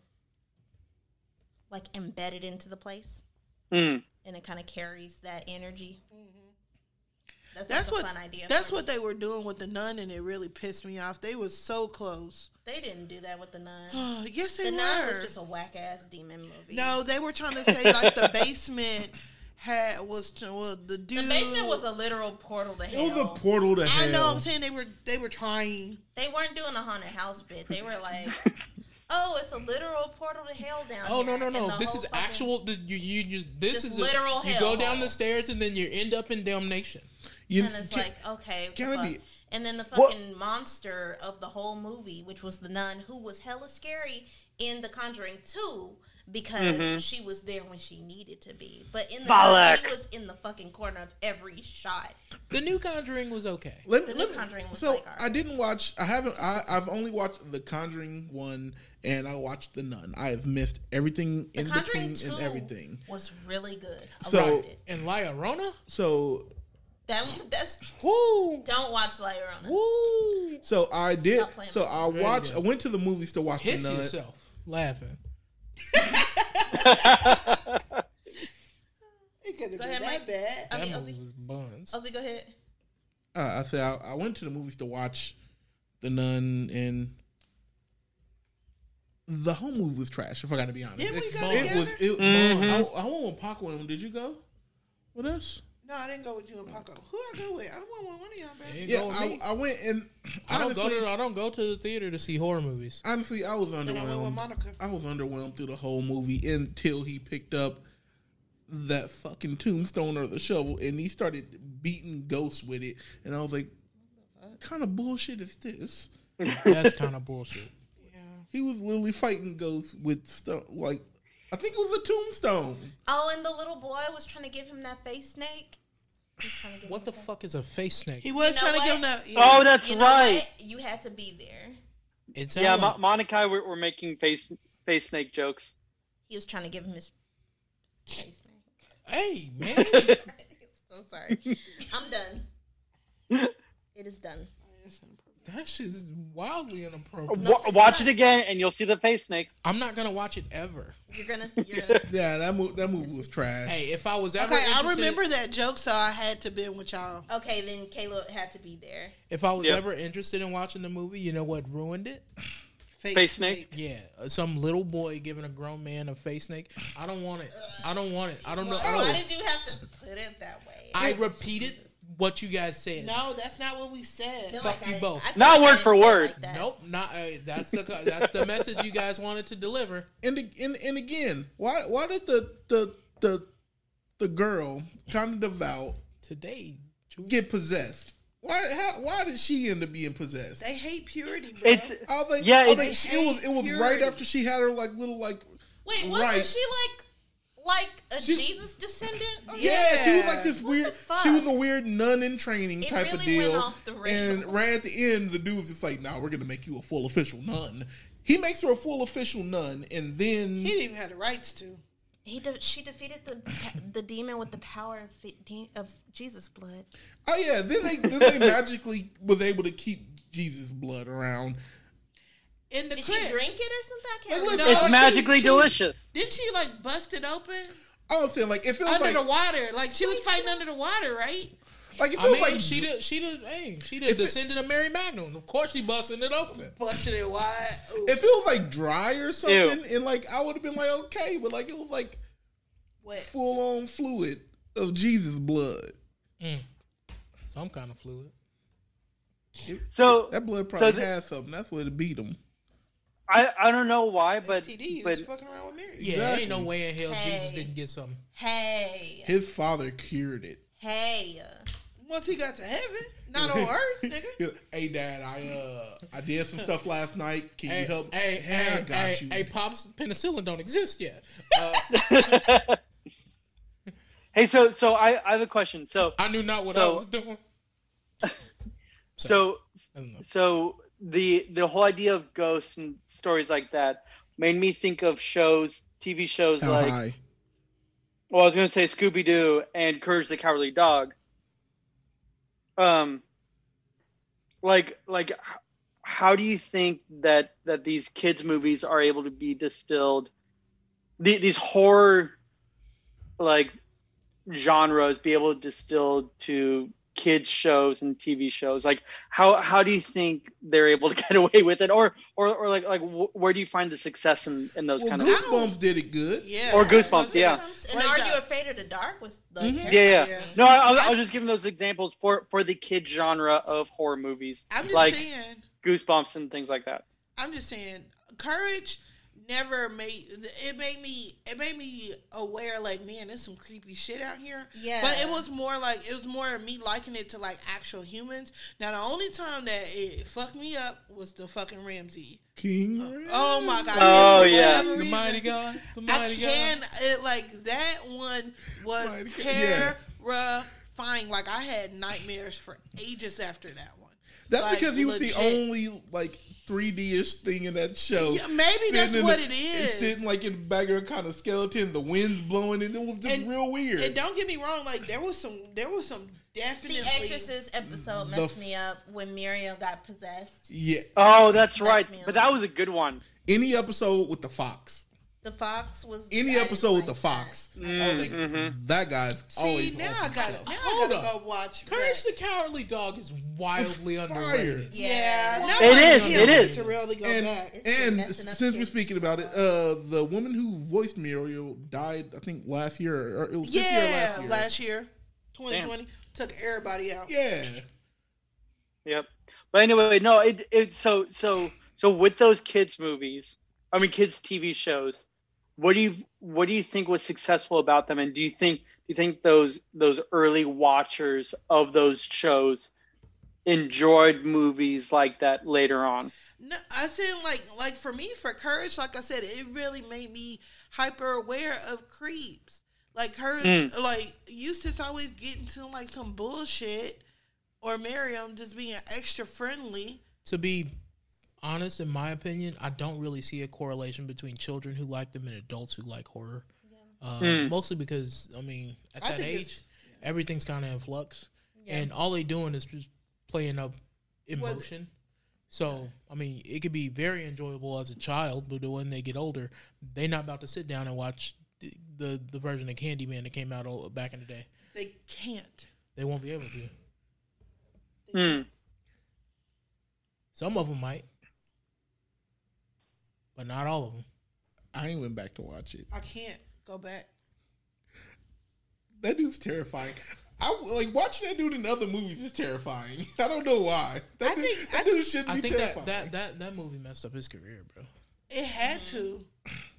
like embedded into the place,
Mm.
and it kind of carries that energy. That's,
That's
that's
what.
a fun idea.
That's
for me.
what they were doing with the nun, and it really pissed me off. They was so close.
they didn't do that with the nun.
yes, they
the
were.
nun was just a whack ass demon movie.
no, they were trying to say like the basement had was well, the
the
dude.
basement was a literal portal to
it
hell.
was a portal to hell.
I know. I'm saying they were they were trying.
They weren't doing a haunted house bit. They were like, "Oh, it's a literal portal to hell down
Oh
here."
no no
and
no!
the
This
whole
is
fucking-
actual. th- You you, you this
Just
is
literal
A, you
hell.
go down the stairs and then you end up in damnation.
You-
And it's
can-
like, okay,
can it
fuck.
be-
And then the
What-
fucking monster of the whole movie, which was the nun, who was hella scary in The Conjuring Two because she was there when she needed to be, but in the nun, she
Bollocks.
was in the fucking corner of every shot.
The new Conjuring was okay.
Let,
The
let
new
me-
Conjuring was
so
like our-
I didn't watch. I haven't. I, I've only watched the Conjuring one, and I watched the Nun. I have missed everything
The
in
Conjuring
between
Two
and everything.
was really good. I
So-
loved it.
And La Llorona?
So
That that's
Woo!
don't watch La Llorona.
Woo!
so I did.
Stop playing
So
with
I watched. I went to the movies to watch
Piss
the Nun.
yourself laughing.
It could have
Go ahead, Mike.
bad.
I
That
mean,
movie
Ozzy,
was buns.
Ozzy, go ahead.
Uh, I said I, I went to the movies to watch the Nun and. The whole movie was trash. If I got to be honest,
Didn't we
It's
go
buns. it
Mm-hmm.
together?
was. It,
Mhm.
I, I went with Pac one. Did you go with us?
No, I didn't go with you and Paco. Who I go with? I went with one of y'all
Hey.
bitches.
You
Yeah,
go with
I,
me.
I went and
I don't go
honestly,
to I don't go to the theater to see horror movies.
honestly, I was
And I went with
underwhelmed.
Monica.
I was underwhelmed through the whole movie until he picked up that fucking tombstone or the shovel and he started beating ghosts with it, and I was like, "What kind of bullshit is this?"
That's kind of bullshit.
Yeah.
He was literally fighting ghosts with stone, like I think it was a tombstone.
Oh, and the little boy was trying to give him that face snake. He was trying to give
What
him
the
that-
fuck is a face snake?
He was
You know
trying to give him
what?
that.
Oh, that's
You know
right.
what? You had to be there.
It sounds
Yeah,
like,
Mo- Monica, and I were, were making face face snake jokes.
He was trying to give him his face snake.
hey man,
so sorry. I'm done. It is done.
that shit's wildly inappropriate.
Wa
it's
watch
not.
it again, and you'll see the face snake.
I'm not gonna watch it ever.
You're gonna. You're gonna
Yeah, that movie, that movie was trash.
Hey, if I was ever
Okay, I
interested-
remember that joke, so I had to been with y'all.
okay, then Caleb had to be there.
if I was
Yep.
ever interested in watching the movie, you know what ruined it?
Face snake.
Yeah, uh, some little boy giving a grown man a face snake. I don't want it. I don't want it. I don't know.
Why,
I,
why
don't-
did you have to put it that way?
I repeated what you guys said.
No, that's not what we said.
feel
fuck you
I-
both.
I feel
Not
like I
word
didn't
for
say it
word.
like that.
Nope, not uh, that's the that's the message you guys wanted to deliver.
and ag- and and again, why why did the the the the girl kind of devout
Today, Ju-
get possessed? Why how, why did she end up being possessed?
They hate purity, bro.
It's
I was like,
Yeah,
yeah, I was
it's-
like, she- it was it was
Purity.
right after she had her like little like
Wait, wasn't
Right.
she like like a
She-
Jesus descendant? or
yeah, she was like this
What the
weird
fuck?
she was a weird nun in training
It
type of
really went
deal.
off the rails.
and right at the end, the dude's just like, "Nah, we're gonna make you a full official nun." He makes her a full official nun, and then
he didn't even have the rights to.
He de- she defeated the the demon with the power of, fe- de- of Jesus' blood.
Oh yeah, then they then they magically was able to keep Jesus blood around.
In the
Did
crib.
she drink it or something? I
Like,
can't remember.
listen,
it's
she-
magically
she-
delicious.
Didn't she like bust it open
I don't feel like it feels
under
like
the water? Like she was fighting under the water, right?
like it
I
feels
mean,
like
she did. She did. Hey, she did. Descendant of Mary Magdalene. Of course, she busting it open.
Busted it wide. Ooh,
it feels like dry or something, and like I would have been like okay, but like it was like
wet.
full on fluid of Jesus blood.
Some kind of fluid.
So
That blood
So
probably
th-
had something. That's what it beat him.
I, I don't know why, but
STD.
but
was fucking around with Mary.
Yeah, there ain't no way in hell Jesus
Hey.
didn't get something.
Hey,
His father cured it.
hey,
Once he got to heaven, not on earth, nigga.
Hey dad, I uh I did some stuff last night. Can
Hey,
you help?
hey,
Yeah,
hey,
I got
hey,
you.
hey, pops, penicillin don't exist yet. Uh,
hey, so so I, I have a question. So
I knew not what I
So-
was doing.
so
I don't know.
so the the whole idea of ghosts and stories like that made me think of shows, TV shows
How
like
high?
well, I was gonna say Scooby Doo and Courage the Cowardly Dog. Um, like like, h- how do you think that that these kids movies are able to be distilled? The, these horror like genres be able to distill to kids shows and TV shows. Like how how do you think they're able to get away with it, or or or like like wh- where do you find the success in in those
Well,
kind of?
Goosebumps did it good.
Yeah.
Or Goosebumps, yeah.
and
Like
are
uh,
that.
you afraid of the dark? Was the
Mhm.
Yeah, yeah.
Yeah.
No, I, I, was, I was just giving those examples for for the kid genre of horror movies,
I'm just
like
saying.
Goosebumps and things like that.
I'm just saying, courage never made it made me it made me aware like man there's some creepy shit out here
Yeah.
but it was more like it was more me liking it to like actual humans now the only time that it fucked me up was the fucking ramsey
King.
oh my god
Oh,
for
yeah.
whatever
The
reason,
mighty God. The
i
mighty God.
can it like that one was
Mighty God, yeah.
terrifying like i had nightmares for ages after that one
That's
Like,
because he was the
legit.
only like 3D ish thing in that show.
Yeah, maybe
Sitting
that's
in
what
the-
it is.
Sitting like in the back of a kind of skeleton, the wind's blowing, and it was just
And-
real weird.
and don't get me wrong like there was some there was some definitely
the Exorcist episode
The
messed
f-
me up when Miriam got possessed.
yeah,
Oh, that's right.
me
But
up.
that was a good one.
any episode with the fox,
The fox was I
any
didn't
episode with
like
the
that.
fox, I
Mm,
was like,
mhm.
that guy's
See,
always.
now
Oh, awesome
I got
stuff.
now
Hold
I gotta
up.
go watch.
Courage
that.
the Cowardly Dog is wildly
It's fire.
underrated.
Yeah,
Yeah.
now
It
I
is,
can't
it
wait
is.
To really go back.
been
And, and
messing up
since we're
kids.
speaking about it, uh, the woman who voiced Muriel died, I think, last year or it was this year, or
Yeah,
last year.
last year. 2020 took everybody out.
Yeah.
Yep. But anyway, no, it it so so so with those kids movies, I mean kids TV shows, what do you what do you think was successful about them and do you think do you think those those early watchers of those shows enjoyed movies like that later on?
No, I think like like for me for courage, like I said, it really made me hyper aware of creeps. Like courage,
Mm.
like Eustace always getting to like some bullshit, or Miriam just being extra friendly.
To be honest, in my opinion, I don't really see a correlation between children who like them and adults who like horror. Uh,
Hmm.
Mostly because I mean, at
I
that
think
age, everything's kind of in flux,
Yeah.
and all they doing is just playing up
Well-
emotion. So I mean, it could be very enjoyable as a child, but when they get older, they not about to sit down and watch the the, the version of Candyman that came out all, back in the day.
They can't.
They won't be able to.
Hmm.
Some of them might, but not all of them.
I ain't went back to watch it.
I can't go back.
That dude's terrifying. I like watching that dude in other movies is terrifying. I don't know why. That
I
dude,
think-
that dude shouldn't
I
be
think that,
terrifying.
that that that movie messed up his career, bro.
It had to.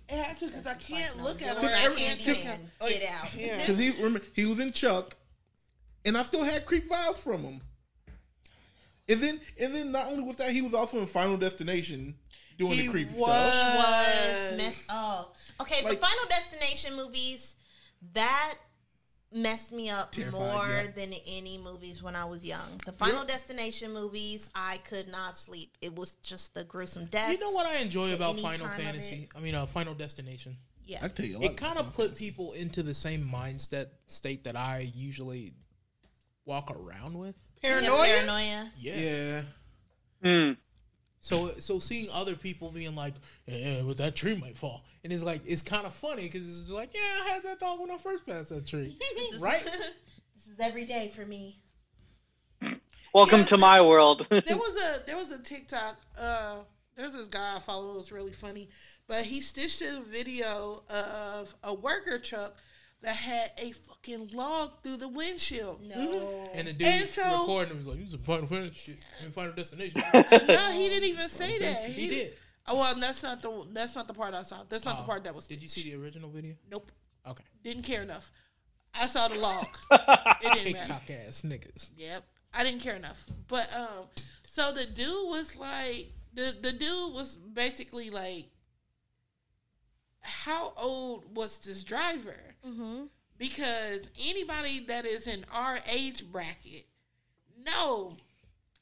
It had to because I can't look at
Or
her. I
every-
can't
took-
take her.
Candyman,
like,
get out.
Yeah.
Because he remember he was in Chuck, and I still had creep vibes from him. And then and then not only was that he was also in Final Destination doing
He
the creepy stuff.
was,
was mess. Oh, okay.
Like-
the Final Destination movies that messed me up
Terrified,
more
yeah.
than any movies when I was young. The Final Destination movies, I could not sleep. It was just the gruesome deaths.
You know what I enjoy about
any
Final
time of
Fantasy? I mean, uh, Final Destination.
Yeah.
I tell you, a lot
It kind of put people into the same mindset state that I usually walk around with.
Paranoia.
Yeah, paranoia.
yeah.
Hmm.
So so seeing other people being like, yeah, but that tree might fall, and it's like it's kind of funny because it's just like, yeah, I had that thought when I first passed that tree, right?
This is every day for me.
Welcome
Yeah,
to my world.
there was a there was a TikTok. Uh, there's this guy I follow. It was really funny, but he stitched a video of a worker truck that had a fucking log through the windshield.
No.
And the dude
And so-
recording was like, "You some Final Fantasy shit and Final Destination."
No, he didn't even say that.
he did.
Oh, well, that's not the that's not the part I saw. That's not the
Oh.
part that was.
Did you see the original video?
Nope.
Okay.
Didn't care enough. I saw the log. it didn't matter.
TikTok ass niggas.
Yep. I didn't care enough. But um so the dude was like the the dude was basically like how old was this driver?
Mm-hmm.
Because anybody that is in our age bracket, no,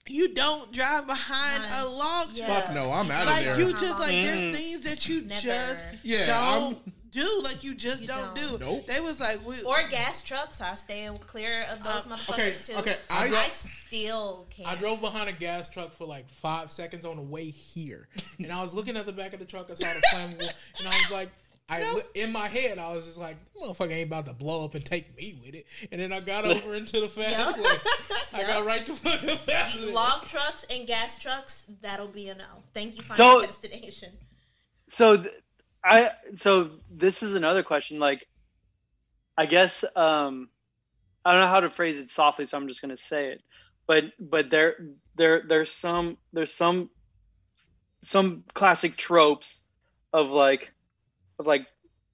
you don't drive behind a
Behind.
log
Yeah.
truck.
Fuck no, I'm out of
Like
there. Mm-hmm.
you just like
Mm.
there's things that you
Never.
just
Yeah,
don't
I'm-
do. Like you just
You
don't, do.
don't.
Nope.
They was like we
Or gas trucks. I stay clear of those
Uh,
okay,
motherfuckers too.
okay.
I,
I,
still can't.
I drove behind a gas truck for like five seconds on the way here, and I was looking at the back of the truck. I saw the flammable, and I was like, I li- in my head, I was just like, "Motherfucker ain't about to blow up and take me with it." And then I got over into the fast lane. I got right to fucking fast lane.
Log trucks and gas trucks, that'll be a no. Thank you,
So-
Final Destination.
so th- i so this is another question like i guess um i don't know how to phrase it softly so i'm just going to say it but but there there there's some there's some some classic tropes of like of like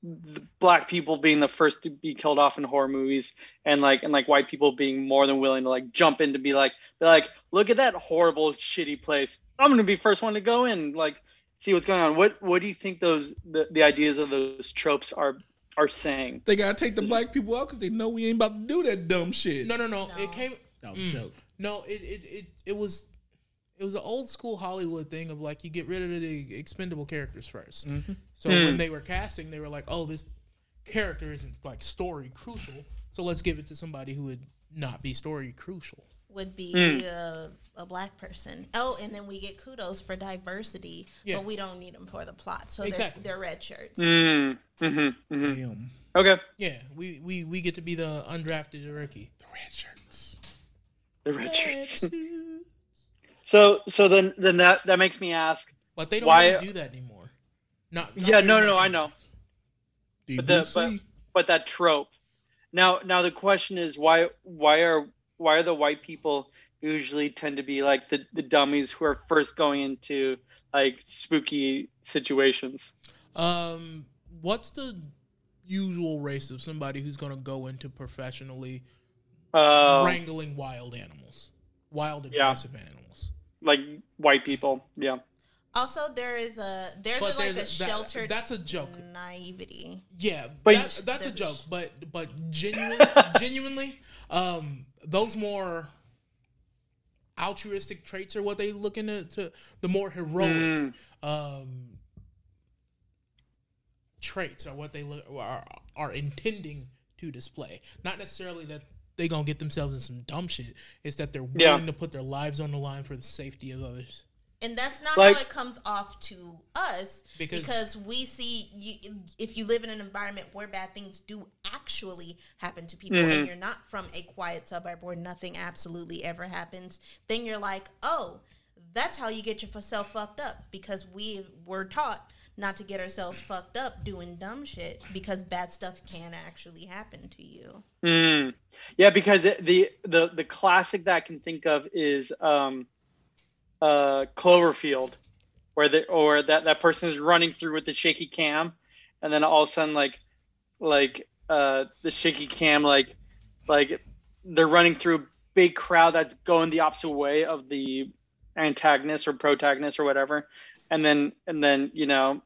the black people being the first to be killed off in horror movies and like and like white people being more than willing to like jump in to be like be like look at that horrible shitty place i'm going to be first one to go in like see what's going on. What what do you think those the, the ideas of those tropes are are saying?
they gotta take the black people out because they know we ain't about to do that dumb shit.
No, no, no.
No.
It came.
that was a
Mm.
joke.
No, it it, it it was it was an old school Hollywood thing of like you get rid of the expendable characters 1st
Mm-hmm.
So when they were casting, they were like, "Oh, this character isn't like story crucial, so let's give it to somebody who would not be story crucial."
Would be
Hmm.
uh, a black person. Oh, and then we get kudos for diversity,
Yeah.
but we don't need them for the plot. So
Exactly.
they're, they're red shirts.
Mm, hmm hmm
Damn,
Okay,
Yeah, we we we get to be the undrafted rookie.
the red shirts.
the Richards. so so then then that that makes me ask.
But they don't
Why-
really do that anymore. Not, not
Yeah,
very
no, no,
much
no, I
anymore.
know, but the but, but that trope Now, now the question is why why are why are the white people usually tend to be like the, the dummies who are first going into like spooky situations?
Um, what's the usual race of somebody who's going to go into professionally
Uh,
wrangling wild animals, wild
Yeah.
aggressive animals?
Like white people. Yeah.
Also, there is a there's a, like a,
there's that-
sheltered
that's a joke.
naivety.
Yeah,
But-
that, that's a
There's a
joke.
sh-
But but genuine, genuinely, um, those more altruistic traits are what they looking to, to the more
Mm.
heroic um, traits are what they look are are intending to display. Not necessarily that they gonna get themselves in some dumb shit. It's that they're willing
Yeah.
to put their lives on the line for the safety of others.
And that's not
Like-
how it comes off to us
Because-
because, we see you, if you live in an environment where bad things do actually happen to people
Mm-hmm.
and you're not from a quiet suburb where nothing absolutely ever happens, then you're like, oh, that's how you get yourself fucked up because we were taught not to get ourselves fucked up doing dumb shit because bad stuff can actually happen to you.
Mm. Yeah, because it- the the the classic that I can think of is um, uh, Cloverfield, where the or that that person is running through with the shaky cam, and then all of a sudden like like uh, the shaky cam like like they're running through a big crowd that's going the opposite way of the antagonist or protagonist or whatever, and then and then you know,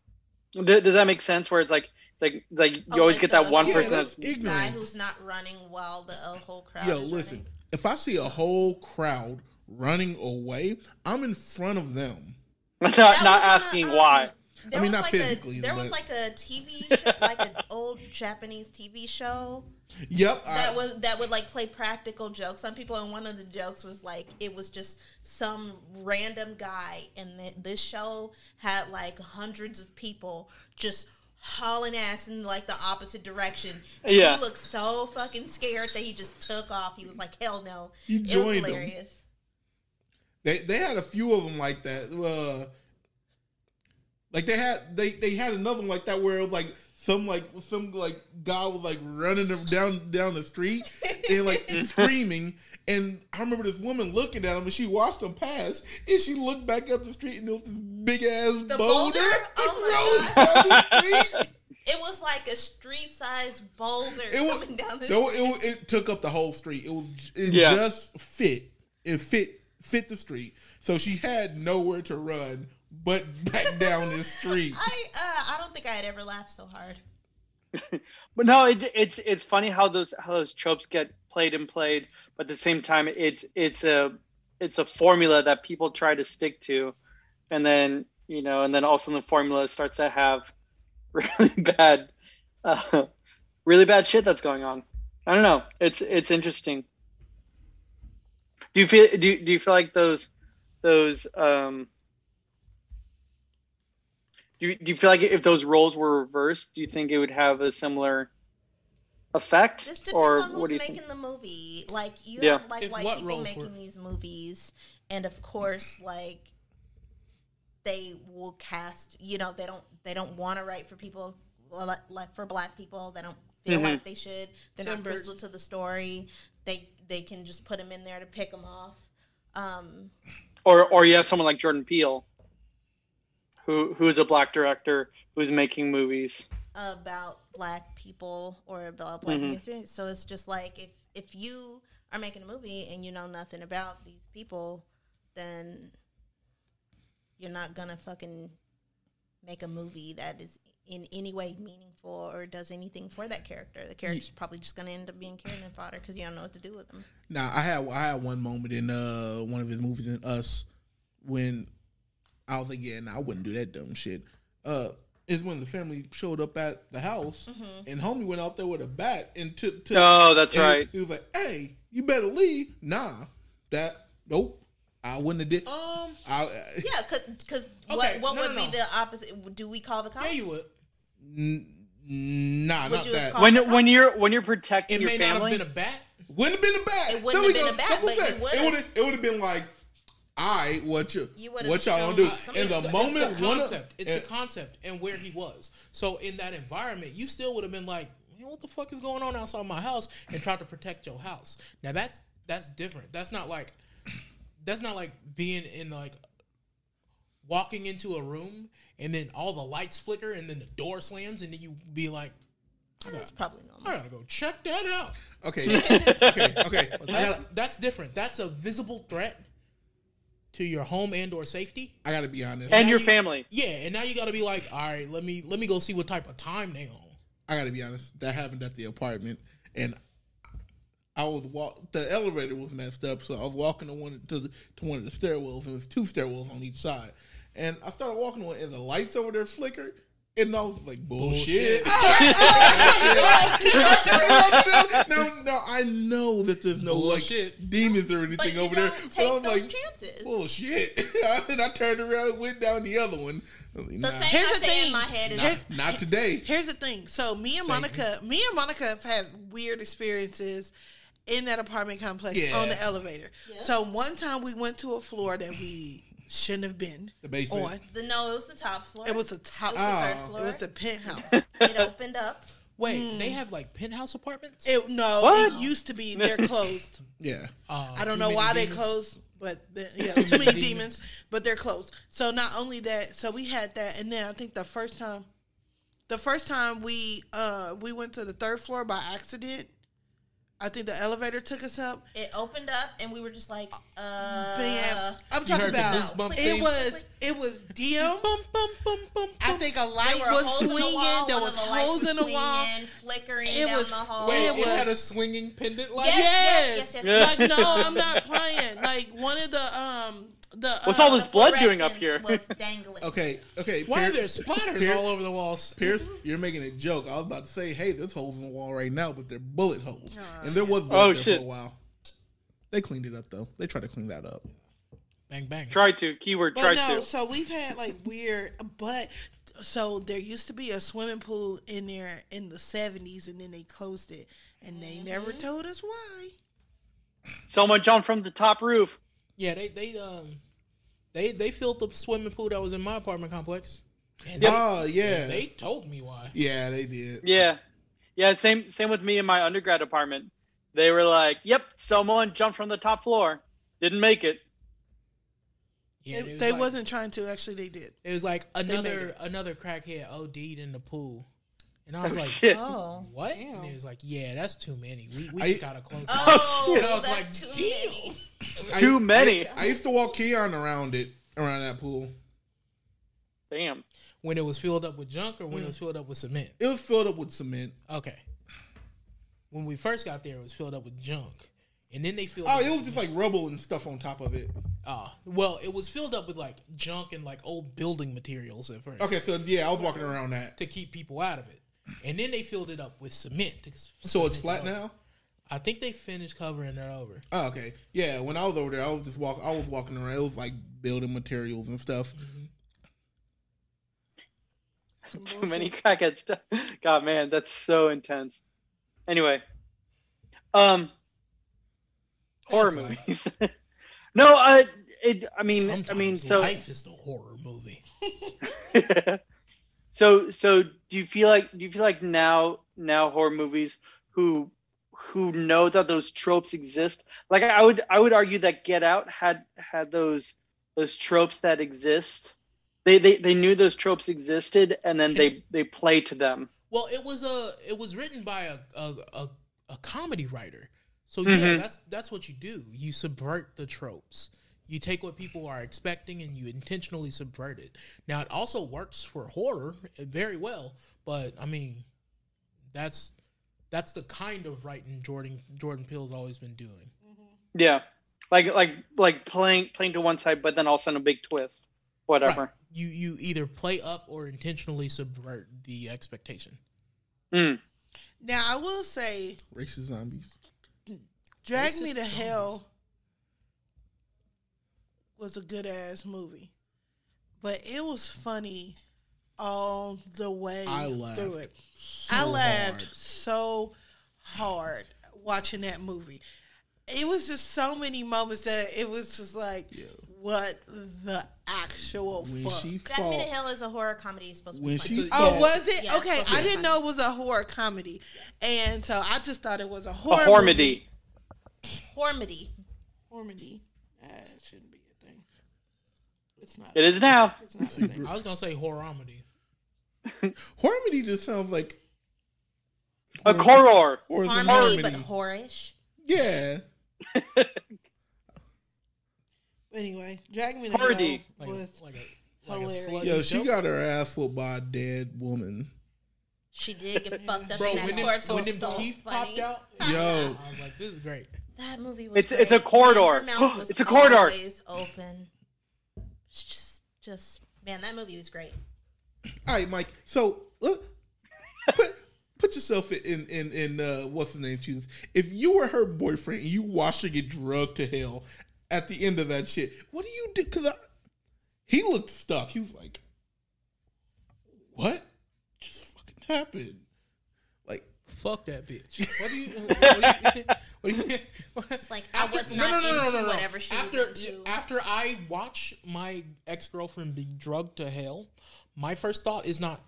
d- does that make sense? Where it's like like like you
Oh,
always
like
get
the-
that one
Yeah,
person
that's
that's
Guy
ignorant.
who's not running while the uh, whole crowd.
Yo,
is
listen.
running.
If I see a whole crowd running away, I'm in front of them.
not
That
not
was on a,
asking
um,
why.
there
I mean,
was
not
like
physically,
A, there was
but-
like a TV, show, like an old Japanese TV show
Yep.
that
I,
was that would like play practical jokes on people, and one of the jokes was like it was just some random guy, and th- this show had like hundreds of people just hauling ass in like the opposite direction. And
Yeah.
he looked so fucking scared that he just took off. He was like, "Hell no!"
You
it was
joined 'em.
hilarious.
they they had a few of them like that. Uh, like they had they they had another one like that where it was like some like some like guy was like running them down down the street and like screaming. And I remember this woman looking at him and she watched him pass and she looked back up the street and it was this big ass
The
boulder,
boulder? Oh my
rolling down the street.
It was like a street-sized boulder
It was
coming down the
no, it, wa- it took up the whole street. It was it
Yeah.
just fit. It fit fit the street. So she had nowhere to run but back down this street.
I uh, I don't think I had ever laughed so hard.
But no, it, it's it's funny how those how those tropes get played and played, but at the same time, it's it's a it's a formula that people try to stick to, and then you know, and then also the formula starts to have really bad, uh, really bad shit that's going on. I don't know. It's it's interesting. Do you feel do do you feel like those those um do you, do you feel like if those roles were reversed, do you think it would have a similar effect,
This depends
or
on
what
who's
do you
making
think?
the movie. Like you
Yeah.
have like
If
white
what
people
roles
making
were-
these movies, and of course, like they will cast. You know, they don't they don't want to write for people like- like for black people. They don't feel
Mhm.
like they should. They're
Tim
not
Burton.
crystal to the story. They they can just put them in there to pick them off. Um,
Or or you have someone like Jordan Peele, who who is a black director who's making movies.
about black people or about black
Mm-hmm.
Mhm.
history. So it's just like if if you are making a movie and you know nothing about these people, then you're not gonna fucking make a movie that is in any way meaningful or does anything for that character. The character's probably just gonna end up being cannon fodder because you don't know what to do with them.
Now I had I had one moment in uh one of his movies in Us when I was like, yeah, nah, I wouldn't do that dumb shit. Uh, is when the family showed up at the house
Mm-hmm.
and homie went out there with a bat and took. took
Oh, that's
And
right.
He was like, "Hey, you better leave." Nah, that nope. I wouldn't have
Oh,
did.
Um,
I,
Yeah, because
Okay,
what what
no,
would
no,
be
no.
the opposite? Do we call the cops?
yeah, you would.
n- nah,
Would
not
you have
that.
called-
When
the
when
cops.
you're when you're
It
protecting your
may not have
family,
been a bat.
Wouldn't have been a bat.
It wouldn't have been a bat,
That's what I'm
but
saying.
you
It would have. It would have been like, "I what you,
You would've
what y'all gonna
shown
do?"
some-
In
It's
the,
the- it's
moment,
it's the
one
concept.
of
it's the concept and where he was. So in that environment, you still would have been like, man, what the fuck is going on outside my house and try to protect your house. Now that's that's different. That's not like that's not like being in like walking into a room and then all the lights flicker and then the door slams and then you be like,
That's probably
I
normal.
gotta go check that out.
Okay, okay, okay. I
That's,
gotta,
that's different. That's a visible threat to your home and or safety.
I gotta be honest.
and
Now
your
you-
family.
Yeah, and now you gotta be like, all right, let me let me go see what type of time they on.
I gotta be honest. That happened at the apartment, and I was walk. The elevator was messed up, so I was walking to one to, the, to one of the stairwells, and it was two stairwells on each side. And I started walking to one, and the lights over there flickered, and I was like, "Bullshit!"
Bullshit.
no, no, I know that there's no like
Bullshit.
demons or
But
anything
you
over
don't
there.
take
but I
those
was like,
chances.
"Bullshit!" and I turned around and went down the other one. I was like,
the
nah,
same
Here's
I
the
say
thing.
in my head is
Here's-
not today.
Here's the thing. So me and
Satan.
Monica, me and Monica have had weird experiences in that apartment complex
Yeah.
on the elevator.
Yeah.
So one time we went to a floor that we shouldn't have been
The basement.
on.
the no. It was the top floor.
It was a top.
It was the
Oh,
third floor.
It was the penthouse.
it opened up.
Wait, they have like penthouse apartments?
Hmm. it, no,
What?
it used to be. They're closed.
Yeah.
Uh,
I
too
don't know
many
why they
demons.
closed, but the, yeah, too many demons. But they're closed. So not only that, so we had that, and then I think the first time, the first time we uh we went to the third floor by accident. I think the elevator took us up.
It opened up, and we were just like, uh,
Bam! I'm talking
heard the
about
goosebump
it
thing?
was it was dim.
Bum, bum, bum, bum,
I
bum.
think a light
There were
was
holes in the
swinging.
wall,
there
one
was
of the lights
holes in the wall.
swinging, flickering
It
down
was-
the hall.
it
Wait, it,
was-
had a swinging pendant light.
Yes,
Yes,
yes, yes, yes,
like no, I'm not playing. Like one of the um the
What's
uh,
all this blood doing up
fluorescence
here?
Was dangling.
Okay. Okay.
Why are
Pier-
there spiders
Pier-
all over the walls?
Pierce, you're making a joke. I was about to say, hey, there's holes in the wall right now, but they're bullet holes.
Aw,
and there was blood
Oh,
there
shit.
for a while. They cleaned it up though. They tried to clean that up.
Bang bang.
Try to. Keyword try
But no,
to.
so we've had like weird, but so there used to be a swimming pool in there in the seventies, and then they closed it, and they never told us why.
Someone jumped from the top roof.
Yeah, they they um they they filled the swimming pool that was in my apartment complex. And
Oh yeah.
they, they told me why.
yeah, they did.
Yeah. Yeah, same same with me in my undergrad apartment. They were like, Yep, someone jumped from the top floor. Didn't make it.
Yeah,
they
it was
they
like-
wasn't trying to. Actually, they did.
It was like another
it.
another crackhead OD'd in the pool, and I was
Oh,
like,
shit.
Oh,
"What?"
Damn.
And it was like, "Yeah, that's too many. We we
I-
gotta close." it."
oh,
shit.
And I was
that's
like,
too
"Damn."
many.
I-
Too many.
I, I used to walk Keon around it, around that pool.
Damn.
When it was filled up with junk or when it was filled up with cement?
It was filled up with cement.
Okay. When we first got there, it was filled up with junk, and then they filled.
Oh,
it
it was just like rubble and stuff on top of it.
Uh, well, it was filled up with like junk and like old building materials at first
Okay, so yeah, I was walking around that.
to keep people out of it, and then they filled it up with cement. To
So
cement
it's flat
it up.
now?
I think they finished covering it over.
Oh, okay. Yeah, when I was over there, I was just walk I was walking around. It was like building materials and stuff.
Mm-hmm.
Too many crackhead stuff. God man, that's so intense. Anyway. Um horror
That's life.
movies. no, I it I mean I mean
Sometimes
so
life is the horror movie.
so so do you feel like do you feel like now now horror movies who who know that those tropes exist like i would i would argue that get out had had those those tropes that exist they they, they knew those tropes existed and then they they play to them
Well, it was a it was written by a a, a, a comedy writer. So yeah,
Mm-hmm.
Mhm.
that's that's what you do. You subvert the tropes. You take what people are expecting and you intentionally subvert it. Now it also works for horror very well, but I mean, that's that's the kind of writing Jordan Jordan Peele's always been doing.
yeah like like like playing playing to one side but then also in a big twist whatever
Right. You you either play up or intentionally subvert the expectation.
Mm.
Now I will say,
Racist zombies.
Drag
Racist
Me to
zombies.
Hell was a good ass movie, but it was funny all the way
I laughed
through it.
So
I laughed
hard.
so hard watching that movie. It was just so many moments that it was just like, What the actual
When
fuck?
she
Drag Me to
fall,
Hell is a horror comedy. It's supposed to
when
be.
she
Oh,
Oh,
fall,
was it?
Yes,
okay, I
it's supposed to be
didn't know it was a horror comedy, and so I just thought it was a
A
horror.
hormedy.
Hormity.
Hormedy. That shouldn't be a thing. It's not.
It is now.
It's not a thing.
I was gonna say horroromedy.
Harmony just sounds like
A coror.
or than
Harmony,
harmony.
but whorish.
yeah,
Anyway, Drag Me to Hell
Hordy.
Like,
was
like a like
hilarious.
a slutty
yo, she
joke.
got her ass whooped by a dead woman.
She did get fucked up
bro
in that
when them,
corpse.
when
was
them
so
teeth
funny.
popped out. I
Yo,
was like, this is great.
That movie was.
It's-
great.
it's a corridor.
Her mouth was
It's a corridor.
Always open. It's Just, just man, that movie was great.
all right, Mike. So look, put put yourself in in in uh, what's the name? Choose if you were her boyfriend and you watched her get drugged to hell at the end of that shit. What do you do? Because he looked stuck. He was like, "What just fucking happened?" Like,
Fuck that bitch. What do you? What do you? What do you
It's like I was not into whatever she
after,
was into.
After I watch my ex girlfriend be drugged to hell, my first thought is not,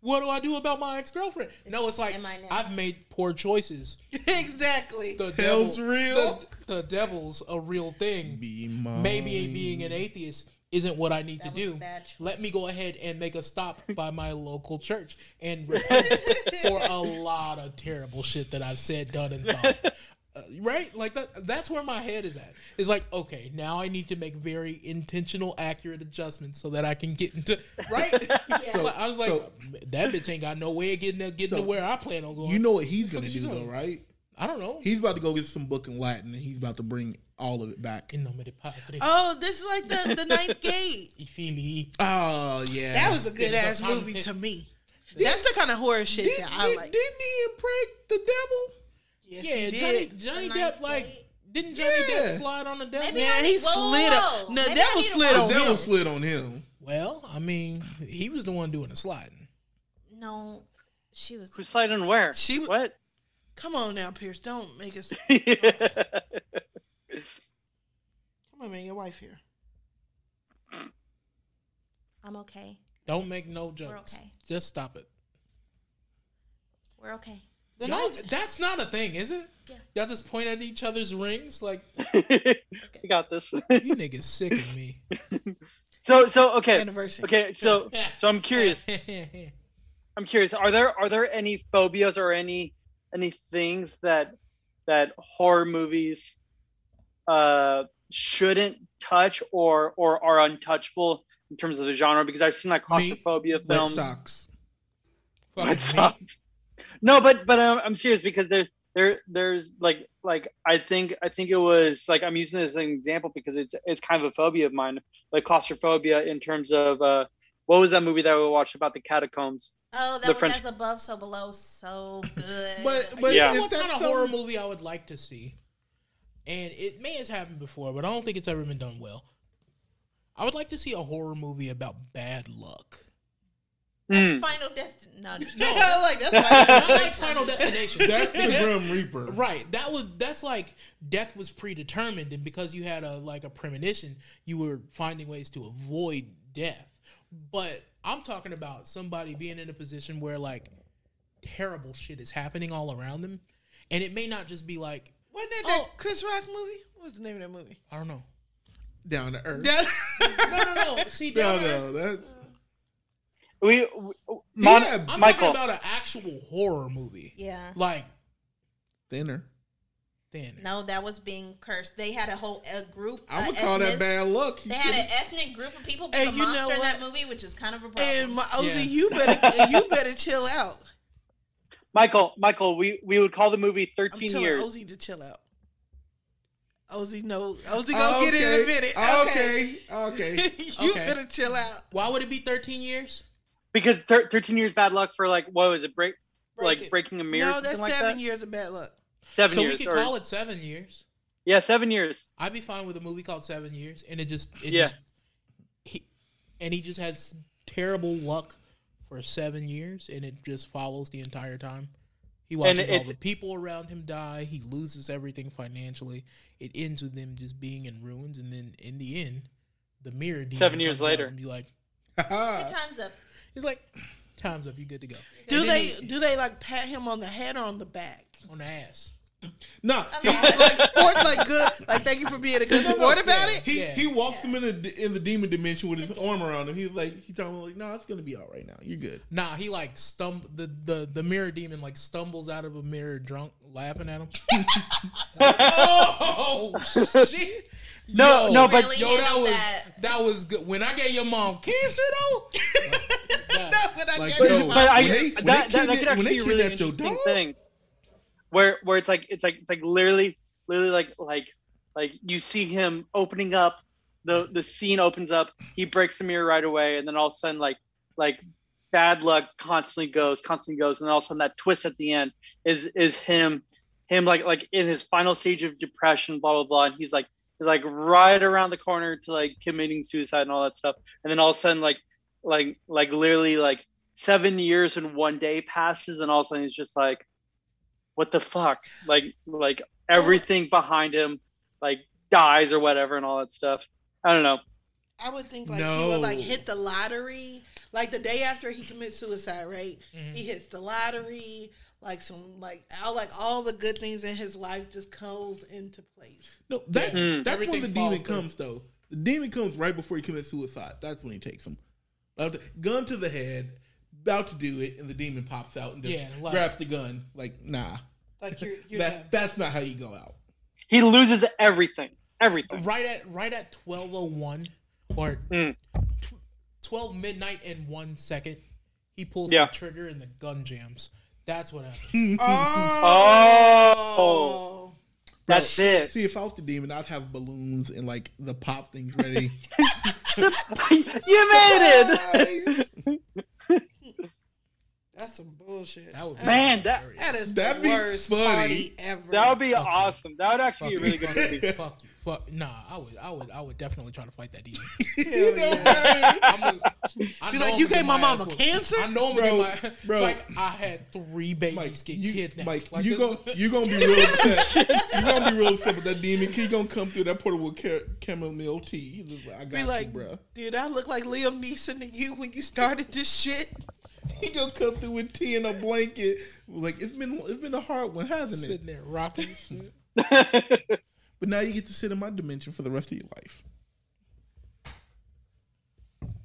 "What do I do about my ex girlfriend?" No, it's like
Am I now?
I've made poor choices.
exactly.
The
Hell's
devil-
real.
The, the devil's a real thing.
be mine.
Maybe being an atheist isn't what I need
That
to
was a
do.
bad choice.
Let me go ahead and make a stop by my local church and repent for a lot of terrible shit that I've said, done, and thought. Uh, right? Like that. That's where my head is at. It's like, okay, now I need to make very intentional, accurate adjustments so that I can get into right.
So-
I was like,
so-
that bitch ain't got no way of getting getting
So,
to where I plan on going.
You know what he's gonna
What you
do though,
doing?
right?
I don't know.
He's about to go get some book in Latin, and he's about to bring all of it back.
In nomine Patris
Oh, this is like the the Ninth Gate.
et Filii.
Oh yeah,
That was a good ass
Yeah, the
movie to
content.
me. That's the kind of horror shit
Did,
that I
did-
like.
Didn't he impregnate the devil?
Yes,
Yeah,
he
Johnny,
did.
Johnny
The
Depp
ninth
like
gate.
didn't Johnny
Yeah.
Depp slide on the devil?
Maybe
Man, he
Whoa, whoa,
slid
whoa.
up. No,
Maybe I
devil
need to
slid
watch
The
on
devil
him.
slid on him.
Well, I mean, he was the one doing the sliding.
No, she was.
Who sliding where?
She w-
what?
Come on now, Pierce. Don't make us. Come on, man. Your wife here.
I'm okay.
Don't make no jokes.
okay.
Just stop it.
We're okay.
The
Y'all-
ninth.
that's not a thing, is it?
Yeah.
Y'all just point at each other's rings like
we got this.
you niggas sick of me.
so so okay.
Anniversary.
Okay, so so I'm curious. I'm curious. Are there are there any phobias or any any things that that horror movies uh shouldn't touch or or are untouchable in terms of the genre? Because I've seen like
Me?
claustrophobia
Red
films.
Sox.
Fucking
Red Sox. No, but but um, I'm serious because there there there's like like I think I think it was like I'm using this as an example because it's it's kind of a phobia of mine, like claustrophobia in terms of uh what was that movie that we watched about the catacombs?
Oh, that
The
was
French-
as above, so below, so
Uh,
good.
But but
Yeah.
You
is
know what
that
kind of
something-
horror movie I would like to see, and it may have happened before, but I don't think it's ever been done well. I would like to see a horror movie about bad luck.
Hmm.
Final Destination. No, no.
like that's why.
Not like Final Destination.
That's the Grim Reaper.
Right. That was that's like death was predetermined, and because you had a like a premonition, you were finding ways to avoid death. But I'm talking about somebody being in a position where like terrible shit is happening all around them, and it may not just be like
Wasn't that
Oh.
that Chris Rock movie? What's the name of that movie?
I don't know.
Down to earth.
That-
No, no, no. See,
No,
down there-
no, that's
We, we Mon-
Yeah,
I'm
Michael.
talking about an actual horror movie,
Yeah.
like
thinner.
then.
No, that was being cursed. They had a whole a group.
I would
a
call that
ethnic-
bad luck. He
Uh, They had an
should've-
ethnic group of people
And
become
you know
monster in that
what?
movie, which is kind of a problem.
and my Ozzy,
Yeah.
you better you better chill out.
Michael, Michael, we, we would call the movie
I'm
13
telling
years.
Ozzy to chill out. Ozzy, no, Ozzy, go get it in a minute. Okay,
Okay, okay.
you
Okay.
better chill out.
Why would it be 13 years?
Because thir- 13 years bad luck for like, what was it, break,
Break
like
it.
breaking a mirror?
No,
or
that's
something like
seven
that?
years of bad luck.
Seven
so
years.
we could
or-
call it seven years.
Yeah, seven years.
I'd be fine with a movie called Seven Years, and it just it
Yeah.
Just, he, and he just has terrible luck for seven years, and it just follows the entire time. He watches all
it's-
the people around him die. He loses everything financially. It ends with them just being in ruins, and then in the end, the mirror demon
Seven years
comes up
later.
and be like,
Your time's up.
he's like, time's up, you good to go
Do
And then
they
he-
do they like pat him on the head or on the back?
on the ass?
nah,
I'm
he,
like,
Like sport, like good, like thank you for being a good sport about it.
he,
Yeah.
he walks him in the in the demon dimension with his arm around him. He's like he's talking like, no, it's gonna be all right now. You're good.
Nah, he like stumble the, the the mirror demon like stumbles out of a mirror drunk, laughing at him. oh shit!
No, Oh, no, but-
Really
yo, that
handle
was that.
that.
was good. When I gave your mom cancer though,
No, but I
Like,
get
yo,
it.
but I
When they-
that, that,
when they
that could
kidnap- when
actually
they
be a really
kidnapped your
interesting
dog?
thing, where where it's like it's like it's like literally literally like like like you see him opening up the the scene opens up he breaks the mirror right away and then all of a sudden like like bad luck constantly goes constantly goes and then all of a sudden that twist at the end is is him him like like in his final stage of depression blah blah blah and he's like he's like right around the corner to like committing suicide and all that stuff and then all of a sudden like like like literally like seven years and one day passes and all of a sudden he's just like what the fuck like like everything behind him like dies or whatever and all that stuff i don't know
I would think like he
No.
would like hit the lottery, like the day after he commits suicide, right? He hits the lottery, like some like all like all the good things in his life just comes into place.
No, that,
Yeah.
Mm.
that's when
Everything
the demon
falls through.
comes though. The demon comes right before he commits suicide. That's when he takes him. About to- gun to the head, about to do it, and the demon pops out and just
Yeah, like-
grabs the gun. Like, nah,
Like you're, you're
that, that's not how you go out.
he loses everything everything
right at right at twelve oh one or
Mm.
tw- twelve midnight and one second, he pulls
Yeah.
the trigger and the gun jams. That's what happened.
done. oh,
Oh. that's
Bro,
it
See, if I was the demon, I'd have balloons and like the pop things ready.
you made it
Guys,
that's some bullshit.
That would be
Man, that-
hilarious.
that is
That'd
the
be
worst
funny.
party ever.
that would be
Okay.
awesome that would actually be a really good
fuck,
movie
you, fuck you. Fuck nah, I would I would I would definitely try to fight that demon.
Hell yeah.
I'm gonna- I
Be
know
like, you
I'm gonna get
gave my mama
ass whooped.
cancer?
I know I'm
Bro,
gonna get my
bro.
bro. like I had three babies
Mike,
get
you,
kidnapped.
Mike,
like,
you
this-
go, you gonna be real upset. you gonna be real upset with that demon. He gonna come through that portable car- chamomile tea. He's just like, I got
be
you,
like,
bro.
did I look like Liam Neeson to you when you started this shit?
He gonna come through with tea and a blanket. Like it's been it's been a hard one, hasn't it?
sitting there rocking. and shit.
But now you get to sit in my dimension for the rest of your life.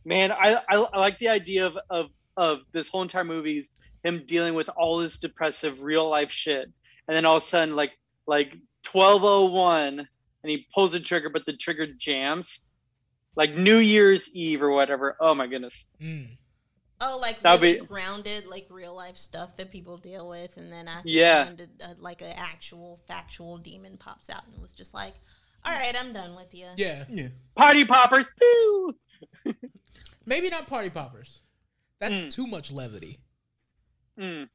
Man, I, I I like the idea of of of this whole entire movie's him dealing with all this depressive real life shit, and then all of a sudden, like like twelve oh one, and he pulls the trigger, but the trigger jams, like New Year's Eve or whatever. Oh my goodness,
Mm.
Oh, like
That'd
really
be-
grounded, like real life stuff that people deal with, and then after
Yeah.
the end, a- like an actual factual demon pops out and was just like, "All right, I'm done with you."
Yeah,
Yeah.
party poppers! Woo!
maybe not party poppers. That's
Mm.
too much levity.
Mm.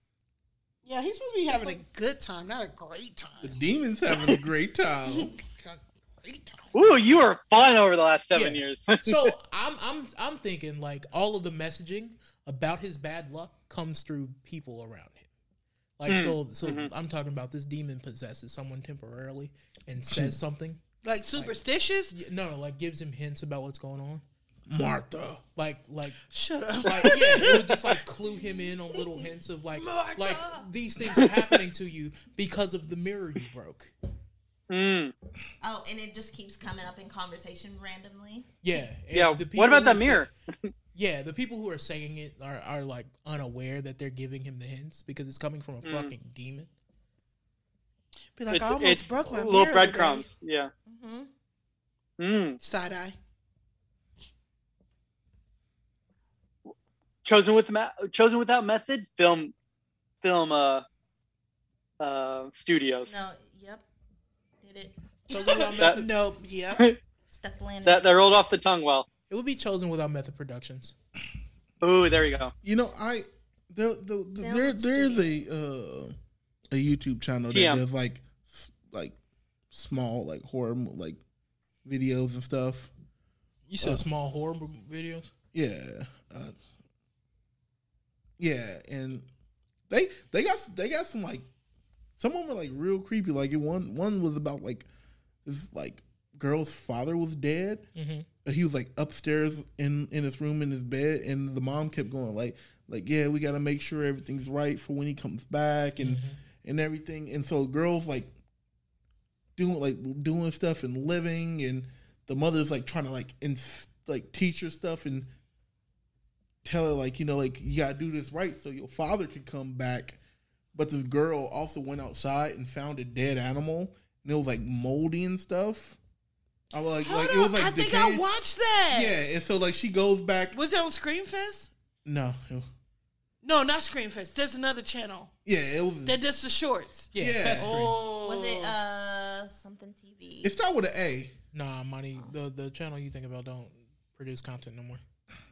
Yeah, he's supposed to be having a good time, not a great
The
time.
demon's having a great time.
A great time.
Ooh, you were fun over the last seven
Yeah.
years.
So I'm I'm I'm thinking like all of the messaging about his bad luck comes through people around him. Like
Mm.
so so
Mhm.
I'm talking about this demon possesses someone temporarily and says something.
Like superstitious?
Y- No, no, like gives him hints about what's going on.
Martha.
Like like
Shut up.
like yeah, it would just like clue him in on little hints of like like these things are happening to you because of the mirror you broke.
Mm.
Oh, and it just keeps coming up in conversation randomly.
Yeah. and
Yeah.
the people
What about that
who say-
mirror?
Yeah, the people who are saying it are, are like unaware that they're giving him the hints because it's coming from a
Mm.
fucking demon.
Be like,
It's-
I almost
it's
broke my
little
mirror
breadcrumbs. Yeah.
Mm-hmm.
hmm
Mm.
Side eye.
Chosen with ma- chosen without method film film uh uh studios.
No, yep, did it
Chosen without
That-
method,
Nope. Yep.
stuck landing?
That, that rolled off the tongue well.
it would be chosen without method productions.
Ooh, there you go.
You know, I there the, the, there
Download
there is a uh, a YouTube channel that
TM.
does like s- like small like horror mo- like videos and stuff.
You said
Uh,
small horror mo- videos.
Yeah. Uh, yeah, and they they got they got some like some of them are like real creepy. Like it one one was about like this like girl's father was dead
Mm-hmm.
he was like upstairs in in his room in his bed, and the mom kept going like like yeah, we got to make sure everything's right for when he comes back and
Mm-hmm.
and everything. And so girls like doing like doing stuff and living, and the mother's like trying to like inst- like teach her stuff and tell her like you know like you gotta do this right so your father could come back but this girl also went outside and found a dead animal and it was like moldy and stuff i was like,
Hold
like
on,
it was like
I think I
decaying.
watched that.
yeah and so like she goes back
Was it on Screamfest?
no
No, not Screamfest. There's another channel
yeah it was
that does the shorts.
Yeah,
Yeah.
Fest Street.
Oh,
Was it uh something TV?
it started with an a
Nah, money. The the channel you think about don't produce content no more.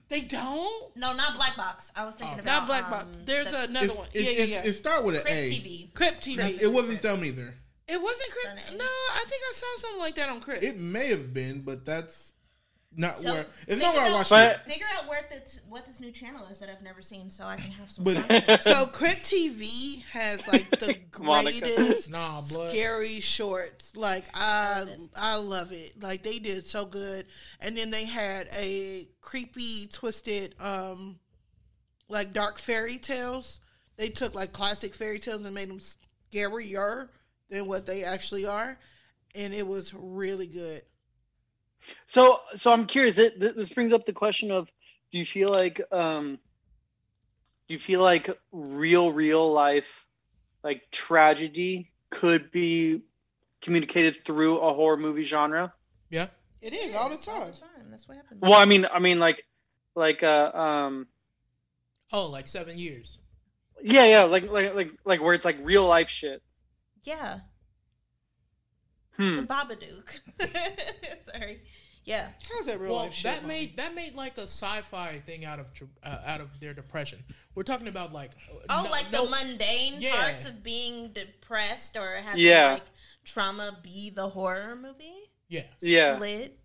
They don't.
no, not Black Box. I was thinking
Oh.
about
Not Black Box.
um,
There's
the
another
it's,
one.
it's,
yeah, yeah,
it's-
yeah.
it started with an
Crip
a
TV.
Crip TV.
Crip
it wasn't them either
It wasn't Crip.
Don't it?
No, I think I saw something like that on Crip.
it may have been but that's not
So,
where it's not where i
figure
watched
out-
it
But-
Figure out where the what this new channel is that I've never seen, so I can have some.
But-
content.
so Crip TV has like the
Monica.
greatest
Nah, blood.
scary shorts. Like I I love it. Like they did so good. And then they had a creepy twisted um like dark fairy tales. They took like classic fairy tales and made them scarier than what they actually are. And it was really good.
So, so I'm curious. Th- th- this brings up the question of: Do you feel like, um, do you feel like real, real life, like tragedy, could be communicated through a horror movie genre?
Yeah.
It is all the time.
That's what happens.
Well, I mean, I mean, like, like, uh, um,
Oh, like seven years.
yeah, yeah, like, like, like, like where it's like real life shit.
yeah,
Hmm.
the Babadook. Sorry. Yeah.
How's that real
well,
life shit?
that
Mom?
made that made like a sci-fi thing out of tr- uh, out of their depression. We're talking about like
Oh,
no-
like
no-
the mundane
Yeah.
parts of being depressed or having
Yeah.
like trauma be the horror movie.
yeah.
Yeah.
Split.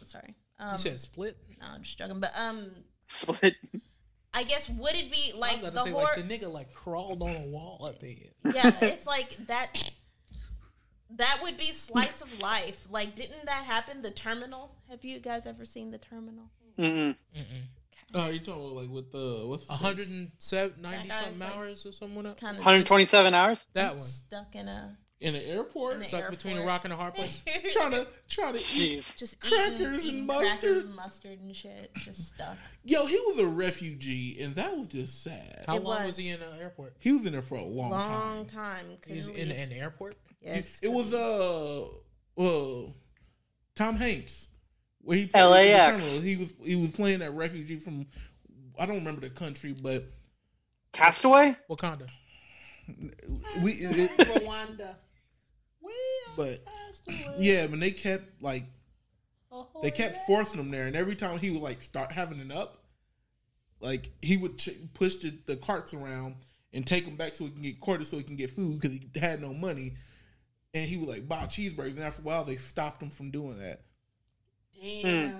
Oh, sorry. Um,
you said split.
no, I'm just joking. But um,
Split.
I guess would it be
I
like
was about
the
to say
horror?
like the nigga like crawled on a wall at the end.
yeah, it's like that. That would be slice of life. Like, didn't that happen? The Terminal. Have you guys ever seen The Terminal?
Mm-mm.
oh you're talking about like with the what's
A hundred and seven ninety
That guy's
something
like-
hours or someone else.
Kind
127 hours.
That one
stuck in a
in the airport
in the
stuck between a
airport.
rock and a hard place.
trying to trying to eat.
Jeez.
just
Crackers
eating,
and
eating crackers
mustard.
and mustard and shit, just stuck.
Yo, he was a refugee, and that was just sad.
How
It
long was.
was.
he in the airport?
He was in there for a long,
Long
time.
time.
He was
Couldn't
in
leave.
an airport.
yes,
It was
couldn't-
uh, well, Tom Hanks, where he played
LAX.
the terminal. He was he was playing that refugee from I don't remember the country, but
Castaway.
Wakanda.
we. It,
Rwanda.
but yeah, when they kept like they kept forcing him there, and every time he would like start having it up, like he would ch- push the, the carts around and take them back so he can get quarters so he can get food because he had no money, and he would like buy cheeseburgers. And after a while, they stopped him from doing that.
Damn.
Hmm.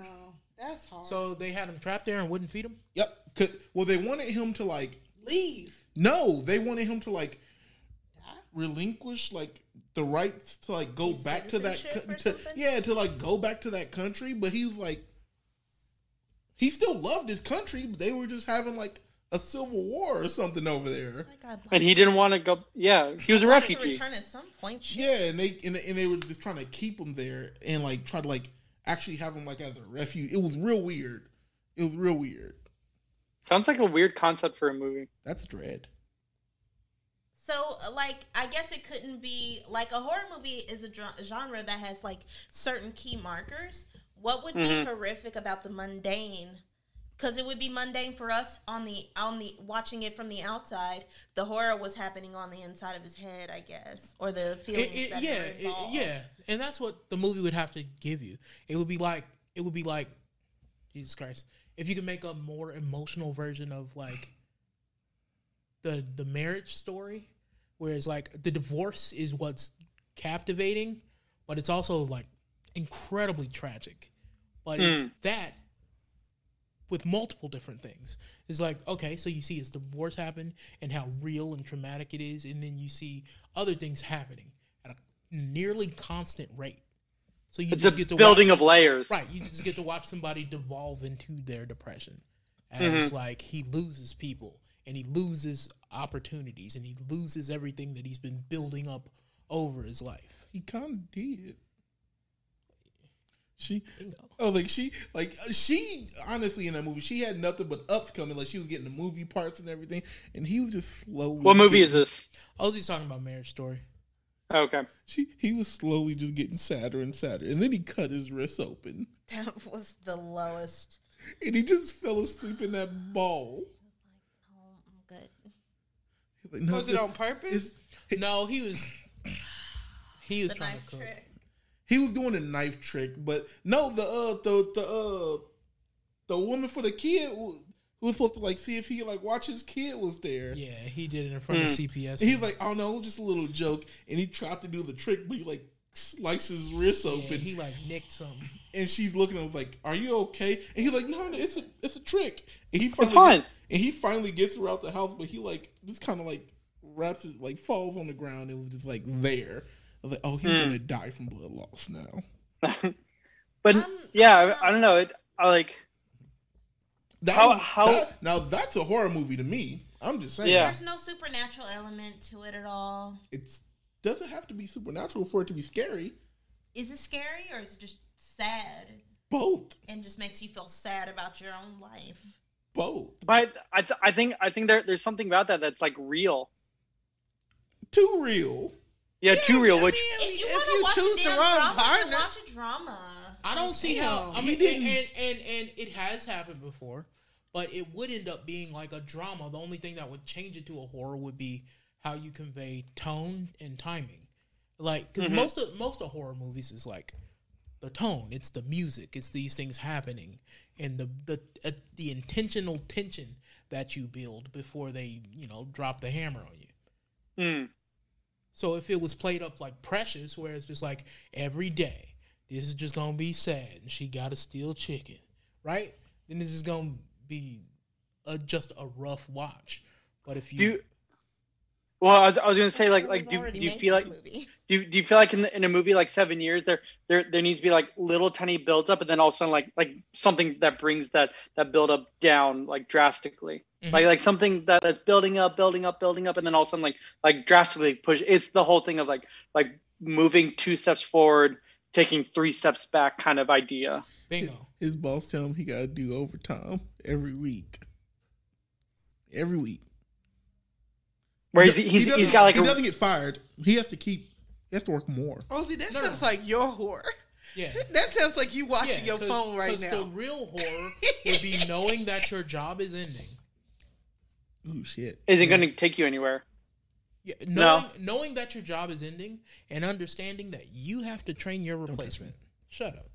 That's hard. So
So they had him trapped there and wouldn't feed him.
Yep. 'Cause- well, they wanted him to like
leave.
no, they wanted him to like relinquish like the rights to like go
His
back to that
citizenship
co-
or
to,
something?
yeah to like go back to that country but he was like he still loved his country but they were just having like a civil war or something over there
Like, I'd Oh like
And he didn't want to go. Yeah, he was a
wanted to
refugee.
return at some point. Shit.
yeah and they and, they- and they were just trying to keep him there and like try to like actually have him like as a refuge it was real weird it was real weird
Sounds like a weird concept for a movie.
that's dread
So, like, I guess it couldn't be like a horror movie is a dr- genre that has like certain key markers. What would be
Mm-hmm.
Mhm.
horrific about the mundane? Because it would be mundane for us on the on the watching it from the outside. The horror was happening on the inside of his head, I guess, or the feelings
It- it-
that
yeah,
were
it-
involved.
yeah, and that's what the movie would have to give you. It would be like it would be like Jesus Christ. If you could make a more emotional version of like the the marriage story, where it's like the divorce is what's captivating, but it's also like incredibly tragic. But it's that with multiple different things. It's like, okay, so you see his divorce happen and how real and traumatic it is, and then you see other things happening at a nearly constant rate. So you
It's
just
a
get to
building
watch,
of layers.
right. You just get to watch somebody devolve into their depression, as
Mm-hmm.
like he loses people and he loses opportunities and he loses everything that he's been building up over his life.
He kind of did. She,
You know.
oh, like she, like uh, she. Honestly, in that movie, she had nothing but ups coming. Like she was getting the movie parts and everything, and he was just slowly.
What movie
getting-
is this?
Ozzy's talking about Marriage Story.
Okay.
She, he was slowly just getting sadder and sadder, and then he cut his wrist open,
That was the lowest.
and he just fell asleep in that ball.
Oh, I'm good.
He's Like, no,
Was it on purpose?
it's- he-
No, he was he was
The
trying
knife
to cook.
trick.
He was doing a knife trick, but no, the uh, the the uh, the woman for the kid who who was supposed to like see if he like watch his kid was there.
Yeah, he did it in front
Mm.
of CPS.
And he was like, "Oh no, it was just a little joke," and he tried to do the trick, but he like sliced his wrist
Yeah,
open.
he like nicked something.
and she's looking at him like, "Are you okay?" And he's like, "No, no, it's a it's a trick." And he finally
fine.
and he finally gets her out the house, but he like just kind of like wraps it like falls on the ground and was just like there. I was like, "Oh,
Hmm.
he's gonna die from blood loss now."
But
Um,
yeah,
I don't
I, I don't know. It, I like.
That
How-
was-
how-
that- now that's a horror movie to me. I'm just saying,
Yeah.
There's no supernatural element to it at all.
it's doesn't have to be supernatural for it to be scary.
Is it scary or is it just sad
Both,
and just makes you feel sad about your own life?
both,
But I, th- I think I think there, there's something about that that's like real.
too real.
Yeah, too real. Which
If you,
if
wanna
you
watch a
choose the
damn
wrong
drama, then
partner,
watch a drama.
I don't see how.
Damn,
I
he
mean, and,
didn't.
and and and it has happened before, but it would end up being like a drama. The only thing that would change it to a horror would be how you convey tone and timing. Like, because most of most of horror movies is like the tone, it's the music, it's these things happening, and the the uh, the intentional tension that you build before they you know drop the hammer on you.
mm,
So if it was played up like Precious, where it's just like every day, this is just gonna be sad, and she got to steal chicken, right? Then this is gonna be a, just a rough watch. But if
do
you,
you, well, I was, I was gonna say like like do, do you feel like do, do you feel like in, the, in a movie like Seven Years there there there needs to be like little tiny build up and then all of a sudden like like something that brings that that build up down like drastically
Mm-hmm.
Mhm.
like like something that, that's building up building up building up and then all of a sudden like like drastically push it's the whole thing of like like moving two steps forward taking three steps back kind of idea
bingo,
His boss tell him he gotta do overtime every week. Every week.
where he's,
He
he's,
doesn't-
he's got like
he
a,
doesn't get fired. He has to keep. He has to work more.
Oh, see, that
No, no,
sounds
no.
like your horror.
yeah.
That sounds like you watching
yeah,
your
'cause-
phone right
'cause
now.
The real horror would be knowing that your job is ending.
Ooh shit.
isn't going to take you anywhere
Yeah,
No.
knowing knowing that your job is ending and understanding that you have to train your replacement. Shut up.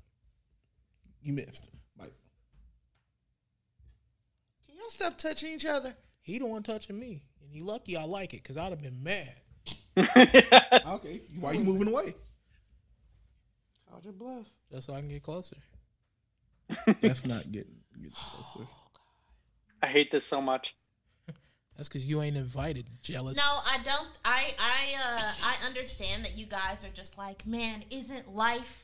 You missed. Like
Can y'all stop touching each other?
He the one touching me, and he lucky I like it because I'd have been mad.
okay, why you moving away?
Called your bluff.
just so I can get closer.
That's not getting. getting closer.
i hate this so much
That's because you ain't invited, jealous.
No, I don't. I I uh, I understand that you guys are just like, man, isn't life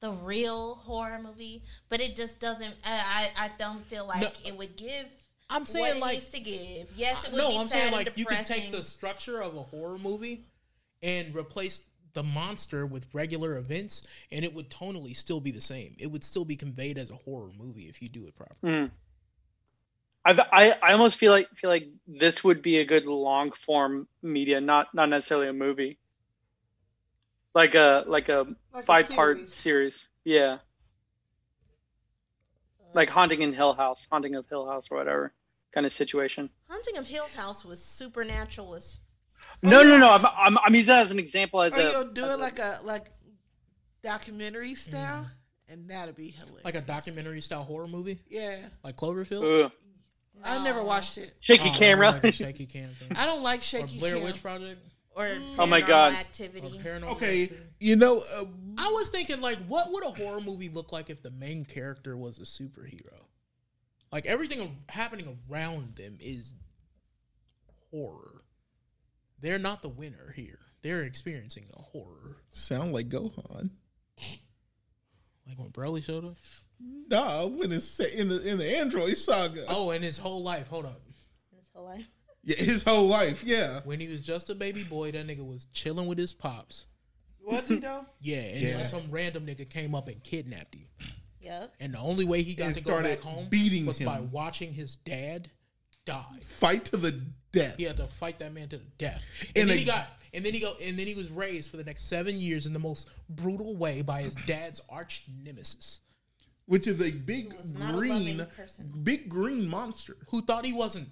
the real horror movie? But it just doesn't. uh, I I, I don't feel like it would give.
I'm saying,
what it
like-
needs to give. Yes, it would
no,
be
I'm
sad
saying
and
like you can take
depressing.
the structure of a horror movie and replace the monster with regular events, and it would tonally still be the same. It would still be conveyed as a horror movie if you do it properly.
Mm. I've, I I almost feel like feel like this would be a good long form media, not not necessarily a movie. Like a like a
Like a
five part
series.
series, yeah.
Uh,
Like haunting in Hill House, haunting of Hill House, or whatever kind of situation.
Hunting of Hill House was supernatural as
Oh,
No, no, no. I'm I'm, I'm using that as an example. As
Or
a,
you'll do
as
it like a like documentary style, and that'll be hilarious.
Like a documentary style horror movie,
yeah.
like Cloverfield.
Ugh.
I never watched it.
shaky
Oh,
camera.
like a shaky cam thing.
I don't like
or
shaky
Blair
cam.
Witch Project.
or
Oh my God.
paranormal
Or
activity.
paranormal
Okay,
Activity.
you know. Uh,
I was thinking, like, what would a horror movie look like if the main character was a superhero? Like, everything a- happening around them is horror. They're not the winner here. They're experiencing a horror.
sound like Gohan.
Like when Broly showed up.
Nah, when it's set in the in the Android saga.
Oh, and his whole life. Hold up.
His whole life.
Yeah, his whole life. Yeah.
When he was just a baby boy, that nigga was chilling with his pops.
Was he though?
Yeah, and
Yeah.
then some random nigga came up and kidnapped him.
Yep.
And the only way he got
And
to go back
started
home
beating
was by
him.
watching his dad die.
Fight to the death.
He had to fight that man to the death.
In
And then
a-
he got and then he go and then he was raised for the next seven years in the most brutal way by his dad's arch nemesis,
Which is a big
was not a
green
loving person.
big green monster.
who thought he wasn't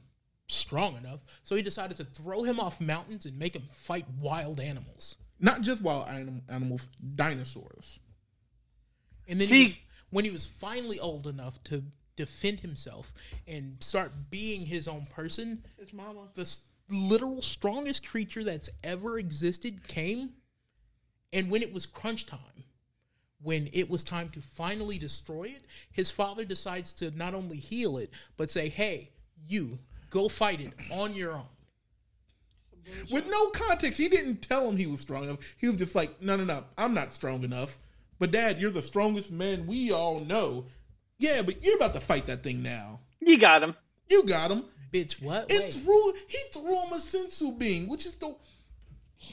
strong enough, so he decided to throw him off mountains and make him fight wild animals.
Not just wild anim- animals, dinosaurs.
And then he was,
See-
when he was finally old enough to defend himself and start being his own person,
His mama.
the s- literal strongest creature that's ever existed came and when it was crunch time when it was time to finally destroy it his father decides to not only heal it but say hey you go fight it on your own
With no context, he didn't tell him he was strong enough. He was just like, no, no, no, I'm not strong enough. But dad, you're the strongest man we all know. Yeah, but you're about to fight that thing now.
You got him.
You got him.
bitch what
It
Wait.
threw he threw him a sensu being, which is the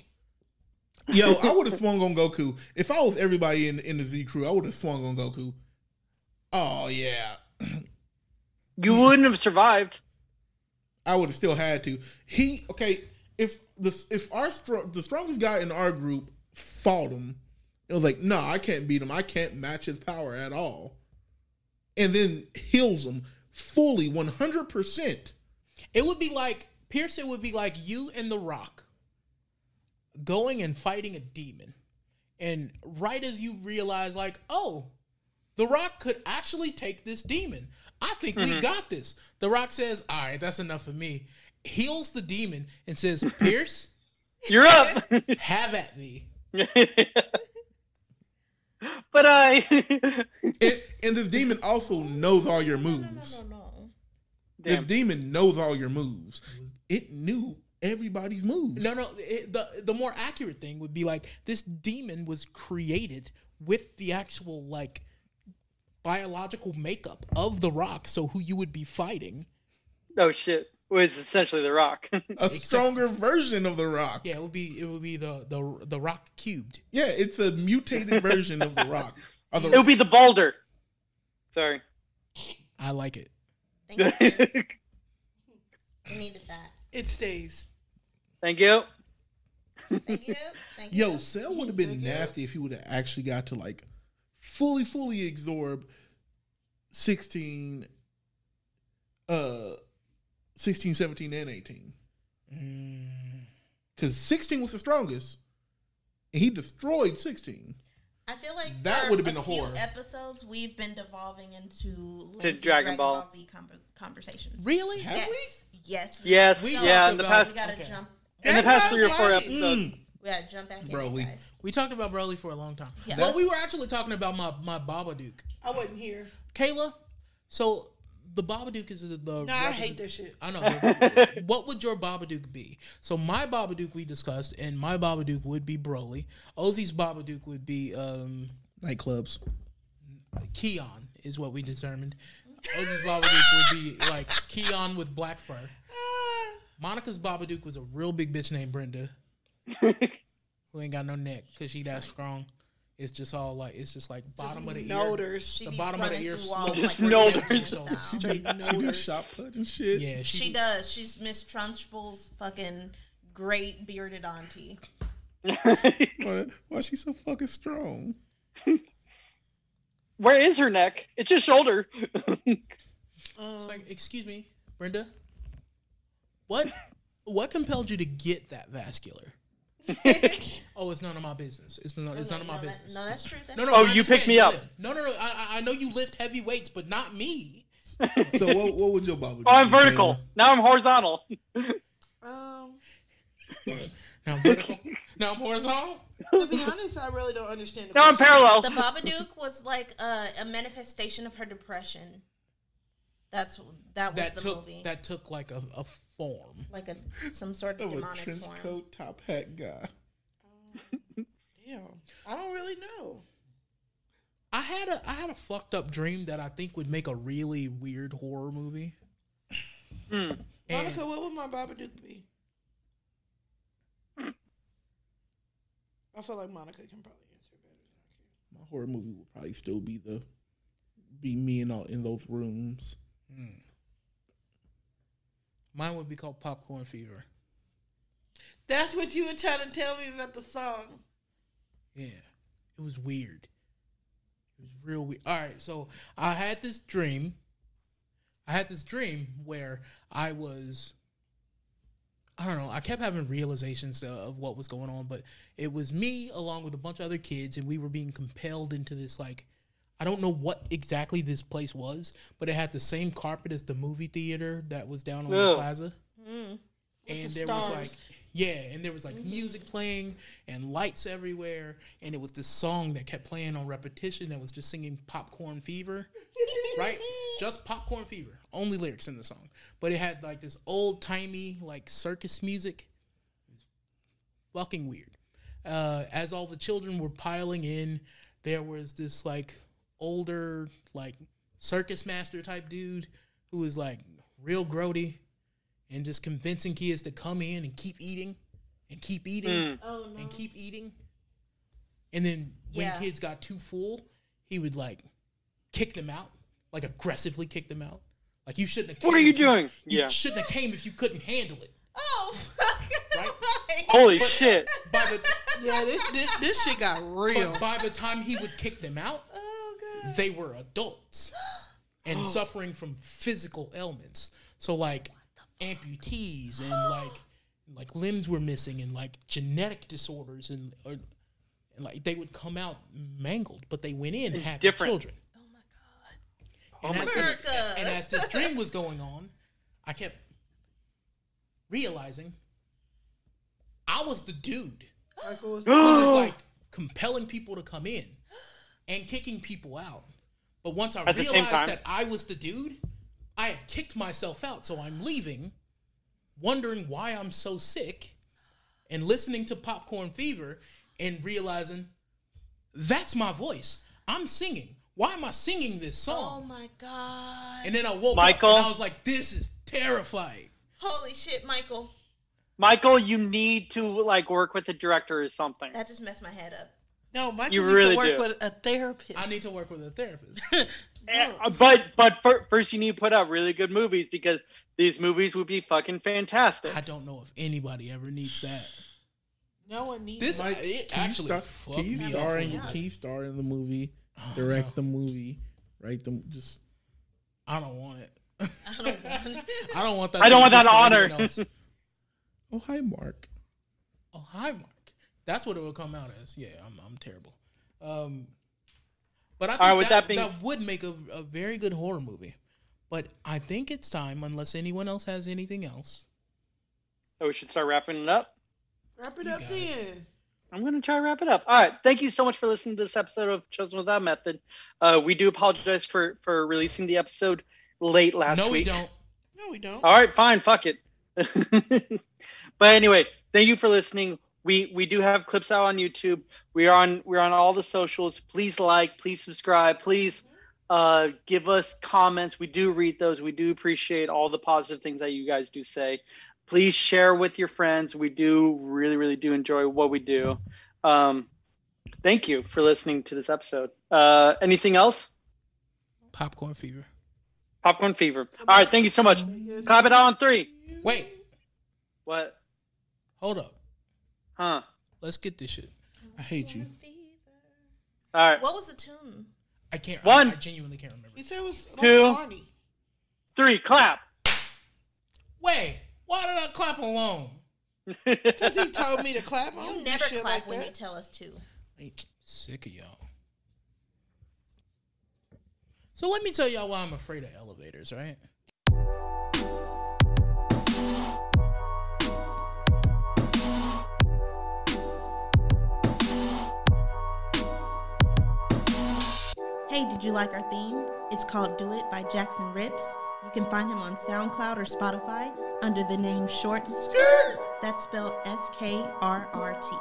Yo, I would have swung on Goku. If I was everybody in in the Z crew, I would have swung on Goku. Oh yeah.
You wouldn't have survived.
I would have still had to. He okay, if the if our str- the strongest guy in our group fought him, it was like, no, I can't beat him. I can't match his power at all. And then heals him fully 100%.
it would be like pearson would be like you and the rock going and fighting a demon and right as you realize like oh the rock could actually take this demon i think we got this the rock says all right that's enough of me heals the demon and says pierce
You're up.
have at me
but I.
And, and this demon also knows all your
No, no,
moves.
no, no.
This
Damn.
demon knows all your moves. It knew everybody's moves.
no no it, the, the more accurate thing would be like this demon was created with the actual like biological makeup of the rock so who you would be fighting
Oh shit. Well, it's essentially the Rock.
Oh.
a stronger version of the Rock.
Yeah, it would be it would be the the the rock cubed.
Yeah, it's a mutated version of the Rock. Or the
it would be the Balder. Sorry.
I like it.
Thank you. Chris.
Thank
we needed that.
It stays.
you.
Thank you. Thank you.
Yo, Cell would have been nasty if he would have actually got to like fully, fully absorb sixteen, uh, 16, 17, and eighteen.
Mm.
Because sixteen was the strongest, and he destroyed sixteen.
I feel like
That
for
would've been a
few
horror.
Episodes we've been devolving into lengthy
Dragon Ball.
Z com- conversations.
Really?
Have
Yes.
we?
Yes.
Yes.
We
yeah.
talked
In the
about-
past,
We gotta
Okay.
jump.
in the past
That's
three or four
right.
episodes.
Mm.
We gotta jump back in,
Bro,
you
we-
guys.
We talked about Broly for a long time.
Yeah.
Well, we were actually talking about my my Babadook.
I wasn't here.
Kayla, so the Babadook is the, the
Nah, I hate that shit.
I know. what would your Babadook be? So my Babadook we discussed, and my Babadook would be Broly. Ozzy's Babadook would be um
Nightclubs.
Keon, is what we determined. Ozzy's Babadook would be like Keon with black fur. Monica's Babadook was a real big bitch named Brenda. who ain't got no neck because she that strong. It's just all like it's just like bottom of the ear.
Noders.
She
The
be
bottom of the
running
ear
through
slow.
walls
Just
like
know
Rayman
there's-
style.
Straight
She do
noders.
shot put and shit.
Yeah, she,
She does. She's Miss Trunchbull's fucking great bearded auntie.
Why, why she so fucking strong?
Where is her neck? It's your shoulder.
Um,
It's
Um.
like, excuse me, Brenda. What? What compelled you to get that vascular? oh, it's none of my business. It's none. It's none of my
Oh, no, that-
business.
no, that's true. That's
no, no.
true.
Oh,
I
you
understand
picked me up.
lift. No, no, no. I, I- I know you lift heavy weights, but not me.
So what, what would your Baba do?
oh, I'm vertical. Now I'm horizontal.
um,
Now I'm vertical. now I'm horizontal.
to be honest, I really don't understand. The
Now I'm
question.
parallel.
The Babadook was like a, a manifestation of her depression. That's that was
That
the
took
movie.
that took like a, a form.
like a some sort of
Of a
demonic
trench
form.
coat, top hat guy.
Damn, I don't really know.
I had a I had a fucked up dream that I think would make a really weird horror movie.
Hmm.
Mm.
And-
Monica, what would my Babadook be? I feel like Monica can probably answer better than I can.
My horror movie will probably still be the be me and all in those rooms.
mine would be called Popcorn Fever.
That's what you were trying to tell me about the song.
Yeah. It was weird. It was real weird. All right, so I had this dream. I had this dream where I was I don't know, I kept having realizations uh, of what was going on, but it was me along with a bunch of other kids and we were being compelled into this like I don't know what exactly this place was, but it had the same carpet as the movie theater that was down on the
Ugh.
plaza
With
and
the
there was like
stars. Mm-hmm.
yeah and there was like music playing and lights everywhere and it was this song that kept playing on repetition that was just singing popcorn fever right just popcorn fever only lyrics in the song but it had like this old timey like circus music it was fucking weird uh, as all the children were piling in there was this like older like circus master type dude who was like real grody and just convincing kids to come in and keep eating and keep eating
Mm.
Oh no.
and keep eating. And then when
Yeah.
kids got too full, he would like kick them out, like aggressively kick them out. Like you shouldn't have came
What are you
if
doing?
You
Yeah.
shouldn't have came if you couldn't handle it.
oh fuck.
Right?
Holy shit.
By the
Yeah, this, this, this shit got real.
but by the time he would kick them out,
Oh god.
they were adults and suffering from physical ailments. So like amputees and like like limbs were missing and like genetic disorders and, or, and like they would come out mangled, but they went in happy
different.
children.
Oh my god.
And, as this,
America.
and as this dream was going on, I kept realizing I was the dude
Michael was-
who was like compelling people to come in and kicking people out. But once I
At the same
realized
time?
that I was the dude, I had kicked myself out. So I'm leaving, wondering why I'm so sick, and listening to Popcorn Fever and realizing that's my voice. I'm singing. Why am I singing this
Oh
song?
my god.
and then I woke
Michael?
up and I was like, this is terrifying.
Holy shit, Michael.
Michael, you need to like work with the director or something.
That just messed my head up.
no, Michael
You
needs
really
to work
do.
with a therapist.
I need to work with a therapist.
Eh, But but fir- first you need to put out really good movies because these movies would be fucking fantastic.
I don't know if anybody ever needs that.
No one needs
This
it.
Mike,
it
can you
actually
star-
fucked
can you
me
star
up. Oh,
in
Yeah.
can you star in the movie, direct the movie, write them just
I don't want it.
I don't want
I don't want that.
I don't want
business
that
for
honor.
anyone else.
oh hi Mark.
oh, hi, Mark. That's what it would come out as. Yeah, I'm, I'm terrible. Um, but I think
All right, with
that, that,
that being-
would make a, a very good horror movie. But I think it's time, unless anyone else has anything else.
So Oh, we should start wrapping it up.
Wrap it up
got
then.
I'm gonna try to wrap it up. All right, thank you so much for listening to this episode of Chosen Without Method. Uh, we do apologize for for releasing the episode late last
no,
week.
we don't.
No, we don't.
All right, fine, fuck it. but anyway, thank you for listening. We we do have clips out on YouTube. We are on we're on all the socials. Please like, please subscribe, please uh, give us comments. We do read those. We do appreciate all the positive things that you guys do say. Please share with your friends. We do really really do enjoy what we do. Um, thank you for listening to this episode. Uh, anything else?
Popcorn fever.
Popcorn fever. All right, thank you so much. Clap it on three.
Wait,
What?
hold up.
Huh.
Let's get this shit.
I hate you.
All right.
What was the tune?
I can't. I-
One.
I, genuinely can't remember.
He said it was like
Two.
Barney.
Three, clap.
Wait, why did I clap alone?
Because he told me to clap. I
You
don't do
never
shit
clap
like
when
that.
you tell us to.
Like, sick of y'all. So let me tell y'all why I'm afraid of elevators, right?
Hey, did you like our theme? It's called Do It by Jackson Rips. You can find him on SoundCloud or Spotify under the name Short Skirt. That's spelled S K R R T.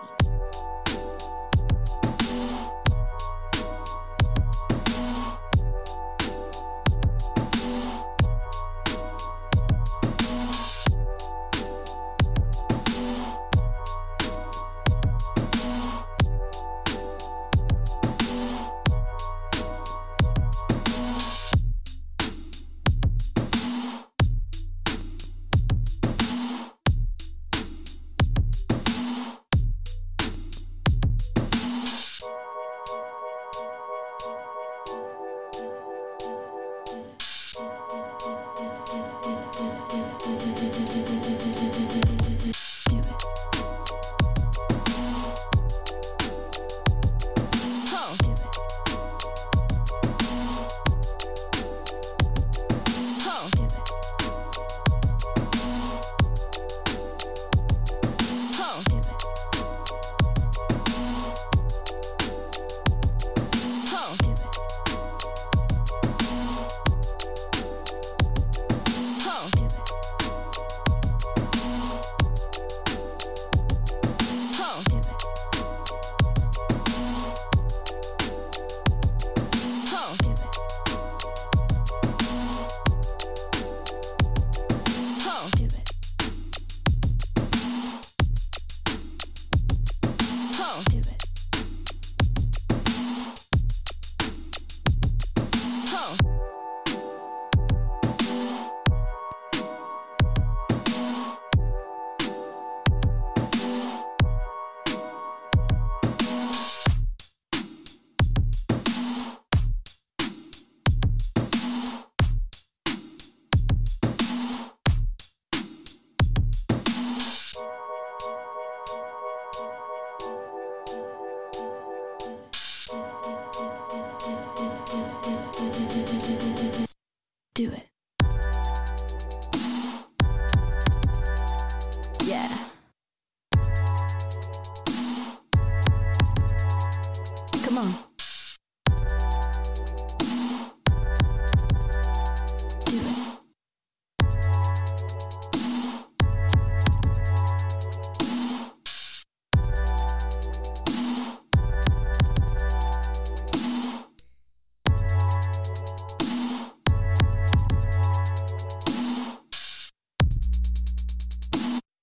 Yeah.